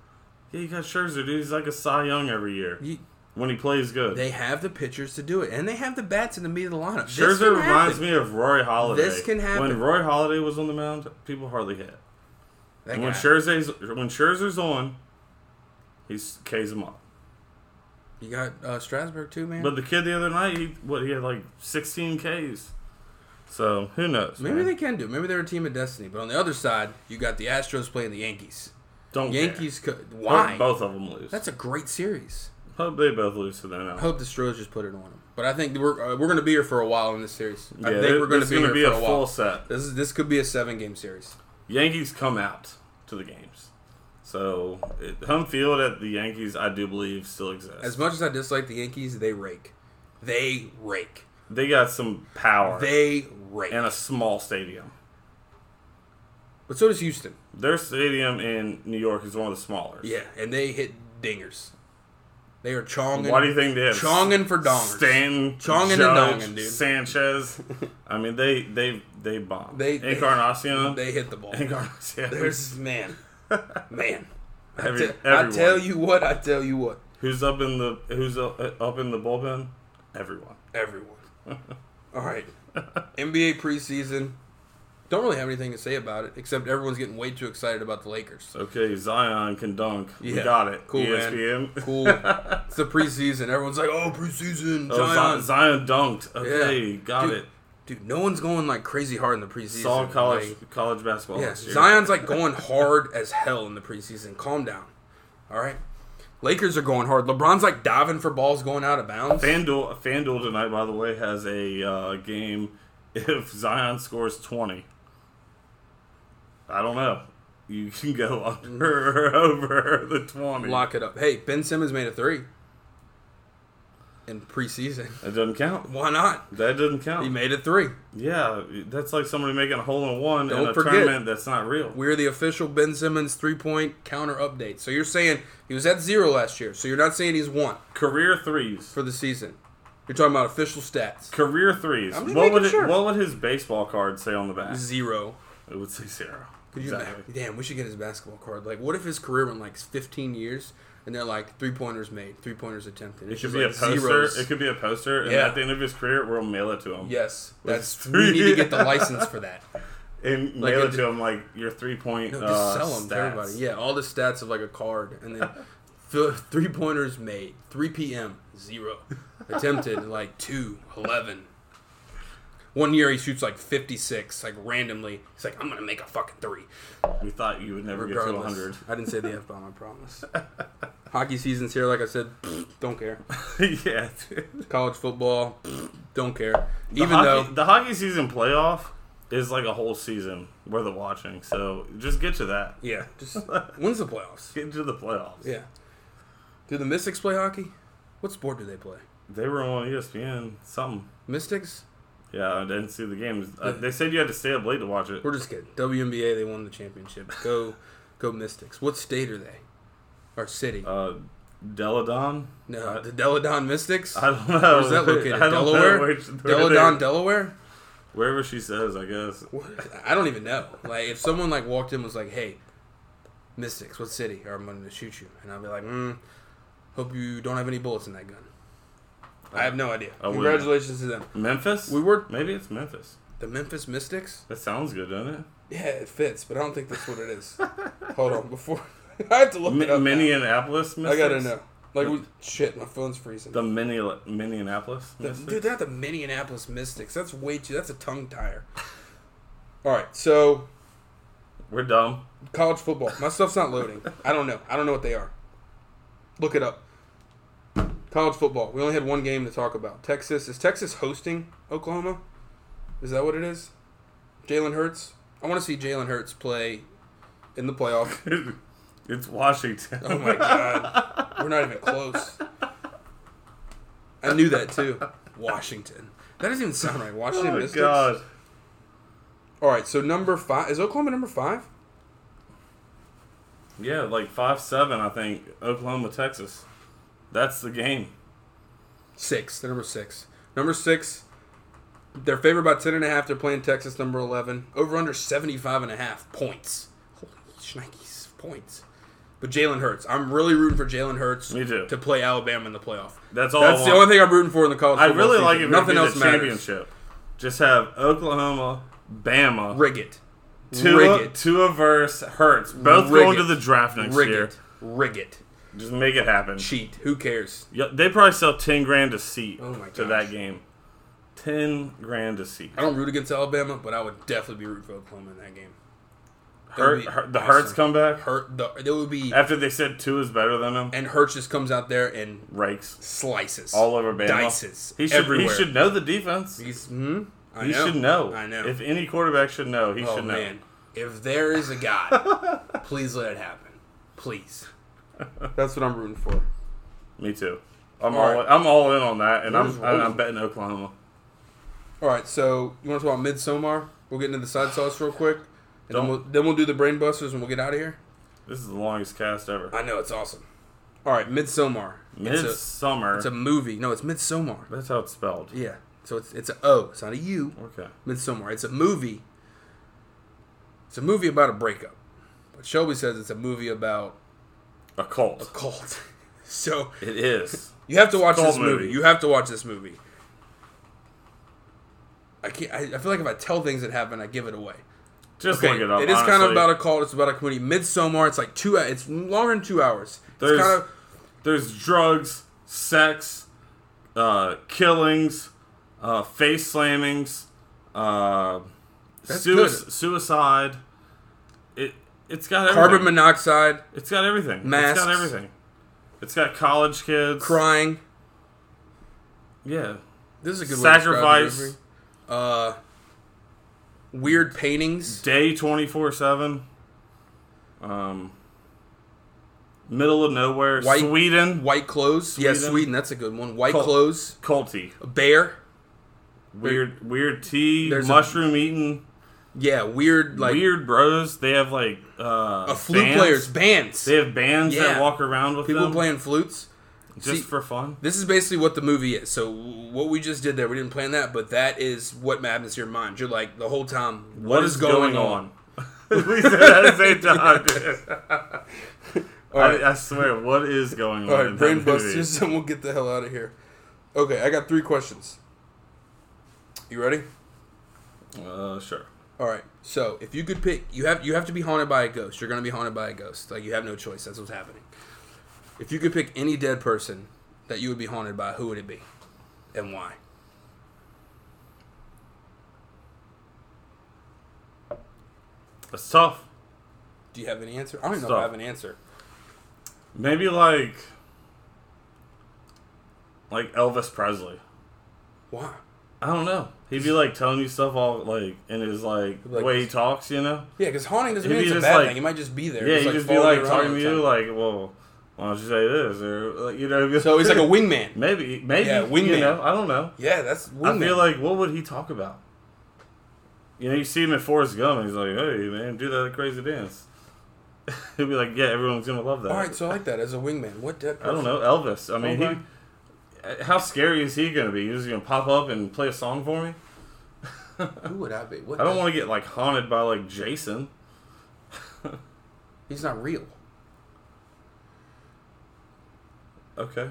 E: Yeah, you got Scherzer, dude. He's like a Cy Young every year
D: You-
E: when he plays good.
D: they have the pitchers to do it, and they have the bats in the meat of the lineup. This
E: Scherzer
D: can
E: reminds
D: happen.
E: me of Roy Holiday.
D: This can happen.
E: When Roy Holiday was on the mound, people hardly hit.
D: That
E: And when
D: guy.
E: Scherzer's when Scherzer's on, he's K's him up.
D: you got uh, Strasburg too, man.
E: But the kid the other night, he what he had like 16 Ks. So who knows?
D: Maybe
E: man?
D: they can do. it. Maybe they're a team of destiny. But on the other side, you got the Astros playing the Yankees.
E: don't care.
D: Yankees, co-
E: Hope
D: why?
E: Both of them lose.
D: That's a great series.
E: hope they both lose to them.
D: I hope the Stros just put it on them. But I think we're uh, we're going to be here for a while in this series. I
E: Yeah,
D: think
E: there-
D: we're going to
E: there's
D: be
E: gonna
D: here
E: be
D: for
E: a
D: a
E: full
D: while.
E: set.
D: This is this could be a seven game series.
E: Yankees come out to the games. So it, home field at the Yankees, I do believe, still exists.
D: As much as I dislike the Yankees, they rake. They rake.
E: they got some power
D: They rake.
E: and a small stadium.
D: but so does Houston.
E: Their stadium in New York is one of the smaller.
D: Yeah, and they hit dingers. They are chonging.
E: Why do you think they have
D: Chonging for dongers.
E: Stan,
D: Chonging and
E: Judge,
D: donging, dude. *laughs*
E: Sanchez. I mean, they they they bomb.
D: They- they-
E: Encarnacion.
D: They hit the ball.
E: Encarnacion.
D: There's
E: *laughs*
D: man, man.
E: Every-
D: I
E: everyone.
D: tell you what. I tell you what.
E: who's up in the who's up, up in the bullpen. Everyone. *laughs*
D: Everyone. All right. NBA preseason. Don't really have anything to say about it except everyone's getting way too excited about the Lakers.
E: Okay, Zion can dunk. We
D: Yeah.
E: got it. E
D: Cool, man.
E: ESPN. *laughs*
D: Cool. it's the preseason. Everyone's like, "Oh, preseason."
E: Oh, Zi-
D: Zion.
E: Zion. dunked. Okay, got
D: dude,
E: it.
D: Dude, no one's going like crazy hard in the preseason.
E: Saw college
D: Like,
E: college basketball.
D: Yeah,
E: last year.
D: Zion's like going hard as hell in the preseason. Calm down. All right. Lakers are going hard. LeBron's like diving for balls going out of bounds.
E: FanDuel FanDuel tonight, by the way, has a uh, game. *laughs* If Zion scores twenty, I don't know. You can go *laughs* under or over the twenty.
D: Lock it up. Hey, Ben Simmons made a three in preseason. *laughs*
E: That doesn't count.
D: Why not?
E: That doesn't
D: He
E: count.
D: made a three.
E: yeah, that's like somebody making a hole in one in
D: Don't
E: a
D: forget.
E: tournament that's not real.
D: We're the official Ben Simmons three point counter update. So you're saying he was at zero last year. So you're not saying he's one
E: Career threes.
D: for the season. You're talking about official stats.
E: Career threes.
D: I'm just
E: What would
D: making
E: it,
D: sure.
E: what would his baseball card say on the back?
D: Zero.
E: It would say zero.
D: Could you
E: Exactly.
D: Damn, we should get his basketball card. Like, what if his career went like 15 years and they're like three pointers made, three pointers attempted?
E: It
D: It's
E: could
D: just,
E: be a
D: like,
E: poster.
D: zeros.
E: It could be a poster, and
D: Yeah.
E: at the end of his career, we'll mail it to him. *laughs*
D: yes, that's
E: three.
D: we need to get the license for
E: *laughs*
D: that.
E: and
D: Like,
E: mail
D: it-
E: it to him like your three point.
D: No, just
E: uh,
D: sell them to
E: stats.
D: everybody. Yeah, all the stats of like a card, and
E: *laughs*
D: then f- three pointers made, 3 p.m. zero, attempted *laughs* like two, 11. One year he shoots like 56, like randomly. He's like, I'm gonna make a fucking three.
E: we thought you would never get to
D: Regardless,
E: 100.
D: I didn't say the f bomb. I promise. *laughs* Hockey season's here, like I said. Don't care. *laughs*
E: *laughs* yeah, dude.
D: College football, don't care. Even
E: hockey,
D: though
E: the hockey season playoff is like a whole season worth of watching, so just get to that.
D: yeah, just wins the playoffs.
E: Get to the playoffs.
D: Yeah. Do the Mystics play hockey? What sport do they play?
E: They were on E ESPN. Something.
D: Mystics?
E: Yeah, I didn't see the games. Uh, they said you had to stay up late to watch it.
D: We're just kidding. WNBA they won the championship. Go, go Mystics. What state are they? Or city?
E: Uh, Deladon.
D: no, the Deladon Mystics.
E: I don't know.
D: Where's that located?
E: *laughs* I don't know
D: Delaware.
E: which- where
D: Deladon,
E: they-
D: Delaware.
E: Wherever she says, I guess.
D: I don't even know. Like, if someone like walked in and was like, "Hey, Mystics, what city? Or I'm going to shoot you," and I'd be like, mm, "Hope you don't have any bullets in that gun." I have no idea.
E: wouldn't.
D: Congratulations to them.
E: Memphis?
D: We were-
E: Maybe it's Memphis.
D: The Memphis Mystics.
E: That sounds good, doesn't it?
D: Yeah, it fits, but I don't think that's what it
E: *laughs*
D: is. Hold on, before *laughs* I have to look it up.
E: M-
D: now.
E: Minneapolis.
D: I gotta
E: Mystics?
D: know. Like, we, shit, my phone's freezing.
E: The mini Minneapolis.
D: The-
E: Mystics?
D: dude, they're not the Minneapolis Mystics. That's way too. That's a tongue tire. All right, so
E: We're dumb.
D: College football. My stuff's not loading. I don't know. I don't know what they are. Look it up. College football. We only had one game to talk about. Texas. Is Texas hosting Oklahoma? Is that what it is? Jalen Hurts? I want to see Jalen Hurts play in the playoff.
E: it's Washington.
D: Oh my god. We're not even close. I knew that too. Washington. That doesn't even sound right.
E: *laughs* Oh
D: Washington
E: my
D: Mystics.
E: god.
D: All right, so number five. Is Oklahoma number five?
E: Yeah, like five seven, I think. Oklahoma, Texas. That's the game.
D: Six. They're number six. Number six. They're favored by ten and a half. They're playing Texas number eleven. Over under seventy five and a half points. Holy shnikes, points. But Jalen Hurts. I'm really rooting for Jalen Hurts.
E: Me too.
D: To play Alabama in the playoff.
E: That's all I
D: That's the
E: want.
D: only thing I'm rooting for in the college.
E: I
D: football
E: really like it.
D: season.
E: if
D: Nothing
E: Nothing
D: else
E: the
D: matters.
E: Championship. Just have Oklahoma, Bama,
D: Rig it.
E: Tua,
D: Rig it.
E: Tua verse Hurts. Both
D: Rig
E: going
D: it.
E: to the draft next
D: Rig
E: year.
D: it. Rig it.
E: Just make it happen.
D: Cheat. Who cares?
E: Yeah, they probably sell ten grand a seat
D: Oh my
E: to
D: gosh.
E: that game. Ten grand a seat.
D: I don't root against Alabama, but I would definitely be rooting for Oklahoma in that game.
E: Hurt,
D: be
E: Hurt- the
D: awesome.
E: Hurts comeback
D: Hurt. The, it would be.
E: after they said two is better than him.
D: And Hurts just comes out there and
E: Rakes
D: slices
E: all over Bama.
D: dices
E: He should
D: everywhere.
E: he should know the defense.
D: He's, hmm? I
E: He
D: know.
E: should know.
D: I know.
E: If any quarterback should know, he
D: oh
E: should know.
D: man, if there is a God,
E: *laughs*
D: please let it happen. Please. That's what I'm rooting for.
E: Me too. I'm
D: All
E: all,
D: right.
E: I'm all in on that, and
D: What is
E: I'm
D: wrong?
E: I, I'm betting Oklahoma.
D: All right, so you want to talk about Midsomar? We'll get into the side sauce real quick, and then
E: Don't-
D: we'll, then we'll do the brain busters, and we'll get out of here.
E: This is the longest cast ever.
D: I know it's awesome. All right, Midsommar. It's
E: Midsummer.
D: a, it's a movie. No, it's Midsommar.
E: That's how it's spelled.
D: Yeah. So it's it's a O. It's not a U.
E: Okay.
D: Midsommar. It's a movie. It's a movie about a breakup. But Shelby says it's a movie about
E: A
D: *laughs*
E: cult.
D: cult. So
E: It is.
D: you have to watch
E: cult
D: this movie.
E: movie.
D: You have to watch this movie. I can't. I, I feel like if I tell things that happen, I give it away.
E: Just
D: Okay,
E: look it up.
D: it is kind of
E: honestly.
D: about a cult. It's about a community. Midsommar. It's like two. It's longer than two hours.
E: There's-
D: it's kind of
E: There's drugs, sex, uh, killings, uh, face slammings, uh,
D: That's
E: sui-
D: good.
E: suicide. It it's got everything.
D: carbon monoxide,
E: It's got everything. It's got
D: Masks.
E: everything. It's got college kids.
D: crying.
E: Yeah.
D: This is a good Way to describe the
E: Sacrifice.
D: movie. uh, weird paintings.
E: Day twenty four seven. Um. Middle of nowhere.
D: White-
E: Sweden.
D: White clothes. Yes,
E: Sweden.
D: Sweden. That's a good one. White
E: Cult.
D: clothes.
E: Culty.
D: A bear.
E: Weird. Weird tea.
D: There's a-
E: mushroom eating.
D: Yeah, weird like
E: weird bros. They have like uh,
D: a flute
E: bands.
D: players bands.
E: They have bands
D: Yeah.
E: that walk around with
D: People
E: them
D: playing flutes.
E: just
D: See,
E: for fun.
D: This is basically what the movie is. So what we just did there, we didn't plan that, but that is what happens to your mind. You're like the whole time, what is, going, on? *laughs*
E: *laughs* we said that at the same time. dude.
D: All right,
E: I, I swear, what is going
D: all
E: on?
D: right,
E: in
D: brain
E: that movie?
D: *laughs* busters, and we'll get the hell out of here. Okay, I got three questions. You ready?
E: Uh, sure.
D: All right. So if you could pick, you have you have to be haunted by a ghost. You're gonna be haunted by a ghost. Like you have no choice. That's what's happening. If you could pick any dead person that you would be haunted by, who would it be, and why?
E: It's tough.
D: Do you have an answer? I don't even know if
E: Stop.
D: I have an answer.
E: Maybe like like Elvis Presley.
D: Why?
E: I don't know. He'd be like telling you stuff all like in his like,
D: like
E: the way he
D: this.
E: talks, you know.
D: Yeah, because haunting doesn't
E: He'd
D: mean
E: be
D: it's a
E: just
D: bad
E: like-
D: thing. You might just be there.
E: Yeah,
D: just,
E: he'd just be
D: following
E: like
D: around
E: talking
D: all
E: to
D: the
E: you,
D: time.
E: like, well, why don't you say this or like, you know?
D: So he's like a
E: *laughs*
D: wingman.
E: Maybe, maybe.
D: Yeah,
E: You
D: wingman.
E: know, I don't know.
D: Yeah, that's wingman.
E: I feel like, what would he talk about? You know, you see him in Forrest Gump, and he's like, "Hey, man, do that crazy dance." *laughs* He'll be like, "Yeah, everyone's gonna love that."
D: all right, so I like that as a wingman. What dead?
E: I don't
D: person-
E: know, Elvis. I mean,
D: Okay.
E: he, how scary is he gonna be? He's just gonna pop up and play a song for me.
D: Who would I be? What
E: I don't want to get like haunted by like Jason.
D: He's not real.
E: Okay,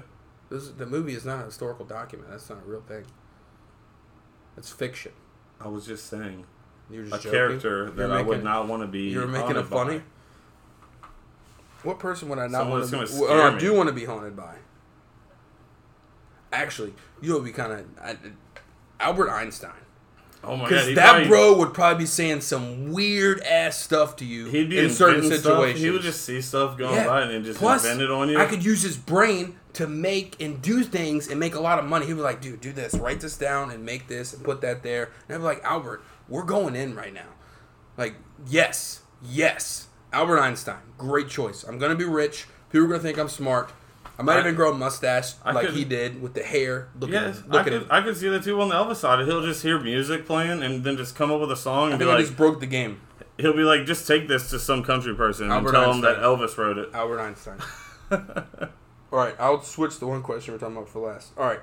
D: This, the movie is not a historical document. That's not a real thing. It's fiction.
E: I was just saying
D: You're just
E: a
D: joking.
E: character that
D: You're
E: I would
D: making-
E: not want to be.
D: You're making it
E: haunted
D: funny.
E: by.
D: What person would I not
E: Someone
D: want to?
E: that's
D: Be,
E: gonna
D: or
E: scare
D: I do
E: me.
D: want to be haunted by. Actually, you would be kind of Albert Einstein
E: Oh my god,
D: because
E: he'd
D: that
E: probably-
D: bro would probably be saying some weird ass stuff to you
E: He'd be
D: in certain
E: inventing
D: situations.
E: Stuff. He would just see stuff going by and then just
D: Plus,
E: invent it on you.
D: I could use his brain to make and do things and make a lot of money. He'd be like, dude, do this, write this down and make this and put that there. And I'd be like, Albert, we're going in right now. Like, yes, yes. Albert Einstein, great choice. I'm gonna be rich. People are gonna think I'm smart. I might even grow a mustache
E: I
D: like
E: could-
D: he did with the hair. Look
E: Yes,
D: at look
E: I
D: at
E: could,
D: him.
E: I could see that too on the Elvis side. He'll just hear music playing and then just come up with a song and
D: I
E: be
D: think I
E: like,
D: just broke the game.
E: he'll be like, just take this to some country person
D: Albert
E: and tell them that
D: Einstein.
E: Elvis wrote it.
D: Albert Einstein. *laughs* All right, I'll switch the one question we're talking about for last. All right.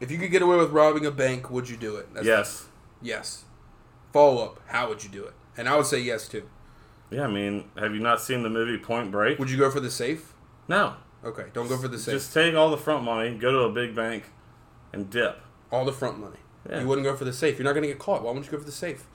D: If you could get away with robbing a bank, would you do it? That's-
E: Yes.
D: Yes. Follow up. How would you do it? And I would say yes too.
E: Yeah, I mean, have you not seen the movie Point Break?
D: Would you go for the safe?
E: No.
D: Okay, don't go for the safe.
E: Just take all the front money, go to a big bank, and dip.
D: All the front money.
E: Yeah.
D: You wouldn't go for the safe. You're not going to get caught. Why wouldn't you go for the safe?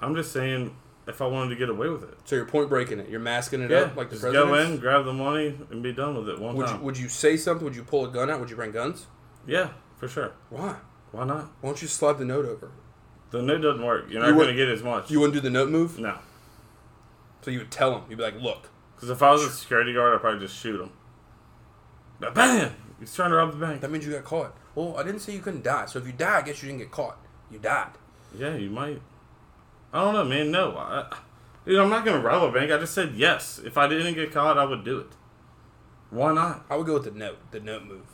E: I'm just saying, if I wanted to get away with it,
D: So you're point breaking it. You're masking it
E: yeah,
D: up like the
E: just
D: president.
E: go in, grab the money, and be done with it one
D: Would you,
E: time.
D: would you say something? Would you pull a gun out? Would you bring guns?
E: yeah, for sure.
D: Why?
E: Why not?
D: Why don't you slide the note over?
E: The note doesn't work. You're not
D: You would-
E: going to get as much.
D: You wouldn't do the note move?
E: no.
D: So you would tell him. You'd be like, look.
E: Because if I was a security guard, I'd probably just shoot him. But bam! He's trying to rob the bank.
D: That means you got caught. Well, I didn't say you couldn't die. So if you die, I guess you didn't get caught. You died.
E: Yeah, you might. I don't know, man. No. I, dude, I'm not going to rob a bank. I just said yes. If I didn't get caught, I would do it. Why not?
D: I would go with the note. The note move.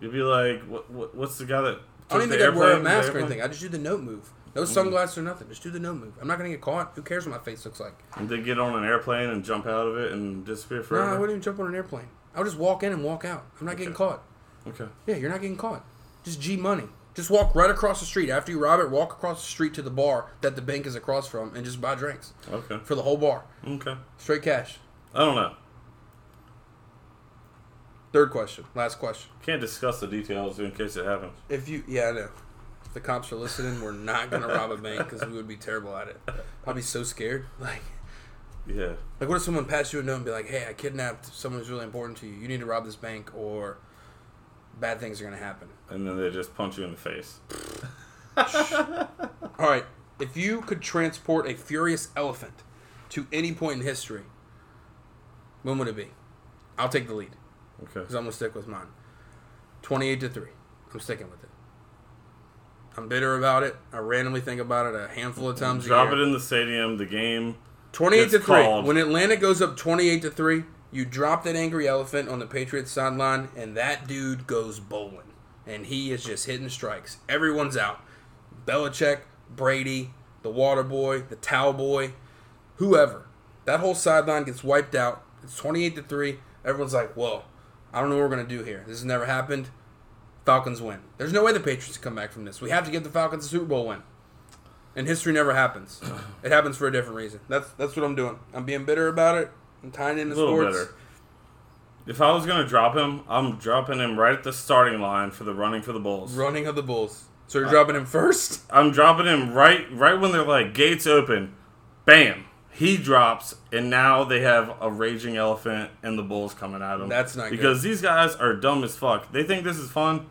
E: You'd be like, what, what, what's the guy that.
D: I don't
E: took
D: even
E: the
D: think I'd wear a
E: airplane- the
D: mask or
E: airplane? Mm-hmm.
D: anything. I just do the note move. No sunglasses or nothing. Just do the no move. I'm not gonna get caught. Who cares what my face looks like?
E: And they get on an airplane and jump out of it and disappear
D: No,
E: forever.
D: I wouldn't even jump on an airplane. I would just walk in and walk out. I'm not getting caught.
E: okay.
D: Yeah, you're not getting caught. Just G money. Just walk right across the street after you rob it. Walk across the street to the bar that the bank is across from, and just buy drinks
E: Okay.
D: for the whole bar,
E: Okay.
D: straight cash.
E: I don't know.
D: Third question. Last question.
E: Can't discuss the details in case it happens.
D: If you, yeah, I know. If the cops are listening, we're not gonna rob a bank because we would be terrible at it. I'd be so scared. *laughs* Like,
E: Yeah.
D: like what if someone passed you a note and be like, "Hey, I kidnapped someone who's really important to you. You need to rob this bank, or bad things are gonna happen."
E: And then they just punch you in the face.
D: All right. If you could transport a furious elephant to any point in history, when would it be? I'll take the lead
E: Okay.
D: because I'm gonna stick with mine. Twenty-eight to three. I'm sticking with it. I'm bitter about it. I randomly think about it a handful of times.
E: Drop
D: a year.
E: it in the stadium, the game.
D: 28 to
E: It's
D: 3.
E: called-
D: When Atlanta goes up 28 to 3, you drop that angry elephant on the Patriots sideline and that dude goes bowling and he is just hitting strikes. Everyone's out. Belichick, Brady, the water boy, the towel boy, whoever. That whole sideline gets wiped out. It's 28 to 3. Everyone's like, "Whoa. I don't know what we're going to do here. This has never happened." Falcons win. There's no way the Patriots come back from this. We have to give the Falcons a Super Bowl win. And history never
E: *coughs*
D: happens. It happens for a different reason. That's that's what I'm doing. I'm being bitter about it. I'm tying into
E: A little
D: sports.
E: better. If I was gonna drop him, I'm dropping him right at the starting line for the running for the Bulls.
D: Running of the Bulls. So you're dropping him first?
E: I'm dropping him right right when they're like gates open. Bam. He drops, and now they have a raging elephant and the bulls coming at him.
D: That's not good.
E: because these guys are dumb as fuck. They think this is fun.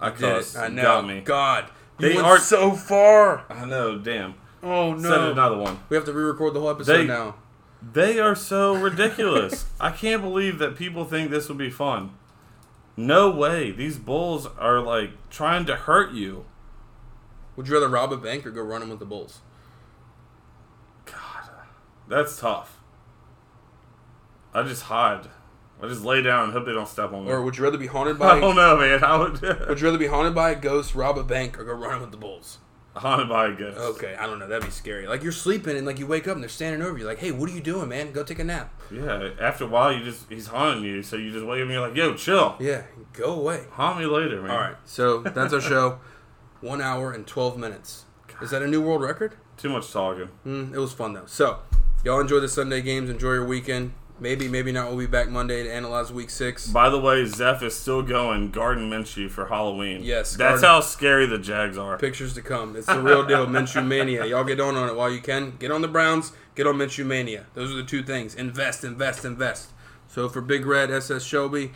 E: I
D: Did it.
E: cussed.
D: I know.
E: Got me.
D: God. You
E: They
D: went
E: are-
D: so far.
E: I know. Damn.
D: Oh
E: Send
D: no.
E: another one.
D: We have to re-record the whole episode
E: They-
D: now.
E: They are so ridiculous.
D: *laughs*
E: I can't believe that people think this would be fun. No way. These bulls are like trying to hurt you.
D: Would you rather rob a bank or go running with the Bulls?
E: That's tough. I just hide. I just lay down and hope they don't step on me.
D: Or would you rather be haunted
E: *laughs* I don't
D: by
E: know, man. I
D: would
E: would *laughs*
D: you rather be haunted by a ghost, rob a bank, or go running with the Bulls?
E: haunted by a ghost.
D: Okay, I don't know. That'd be scary. Like you're sleeping and like you wake up and they're standing over you. Like, hey, what are you doing, man? Go take a nap.
E: Yeah. After a while, you just he's haunting you, so you just wake up and you're like, "Yo, chill.
D: Yeah, go away.
E: Haunt me later, man."
D: All right, so that's our show. *laughs* One hour and twelve minutes. Is that a new world record?
E: Too much talking.
D: Mm, it was fun though. So, y'all enjoy the Sunday games. Enjoy your weekend. Maybe, maybe not. We'll be back Monday to analyze Week Six.
E: By the way, Zeph is still going Garden Minshew for Halloween.
D: Yes,
E: That's
D: Garden-
E: how scary the Jags are.
D: Pictures to come. It's the real deal. Minshew mania. Y'all get on on it while you can. Get on the Browns. Get on Minshew mania. Those are the two things. Invest, invest, invest. So for Big Red, SS Shelby,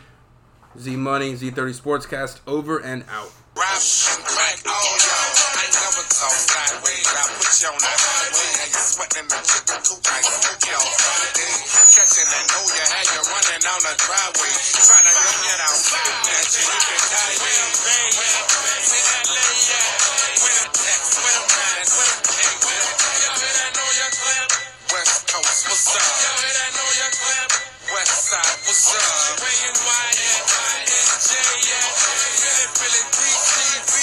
D: Z Money, Z30 Sportscast, over and out.
F: Rob and crack all y'all. oh, I ain't never talk sideways. I put you on that highway. Now you sweating the chicken coop like Tokyo. Holiday. Catching that know you had you running on the driveway. Trying to gun it out. At you, you can die. Where I'm paying. Where I'm paying. Where I'm paying. Where I'm paying. Where I'm paying. Where I'm paying. Where I'm paying. Y'all hear that know you clap? West Coast, what's up? Y'all hear that know you clap? West Side, what's up? Where you why at? NJ at? Philly, Philly, DCV,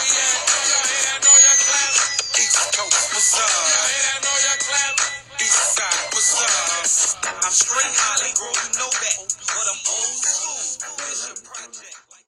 F: A at? Y'all hear that know you clap? East Coast, what's up? Y'all hear that know you clap? East Side, what's up? I'm straight Holly Grove,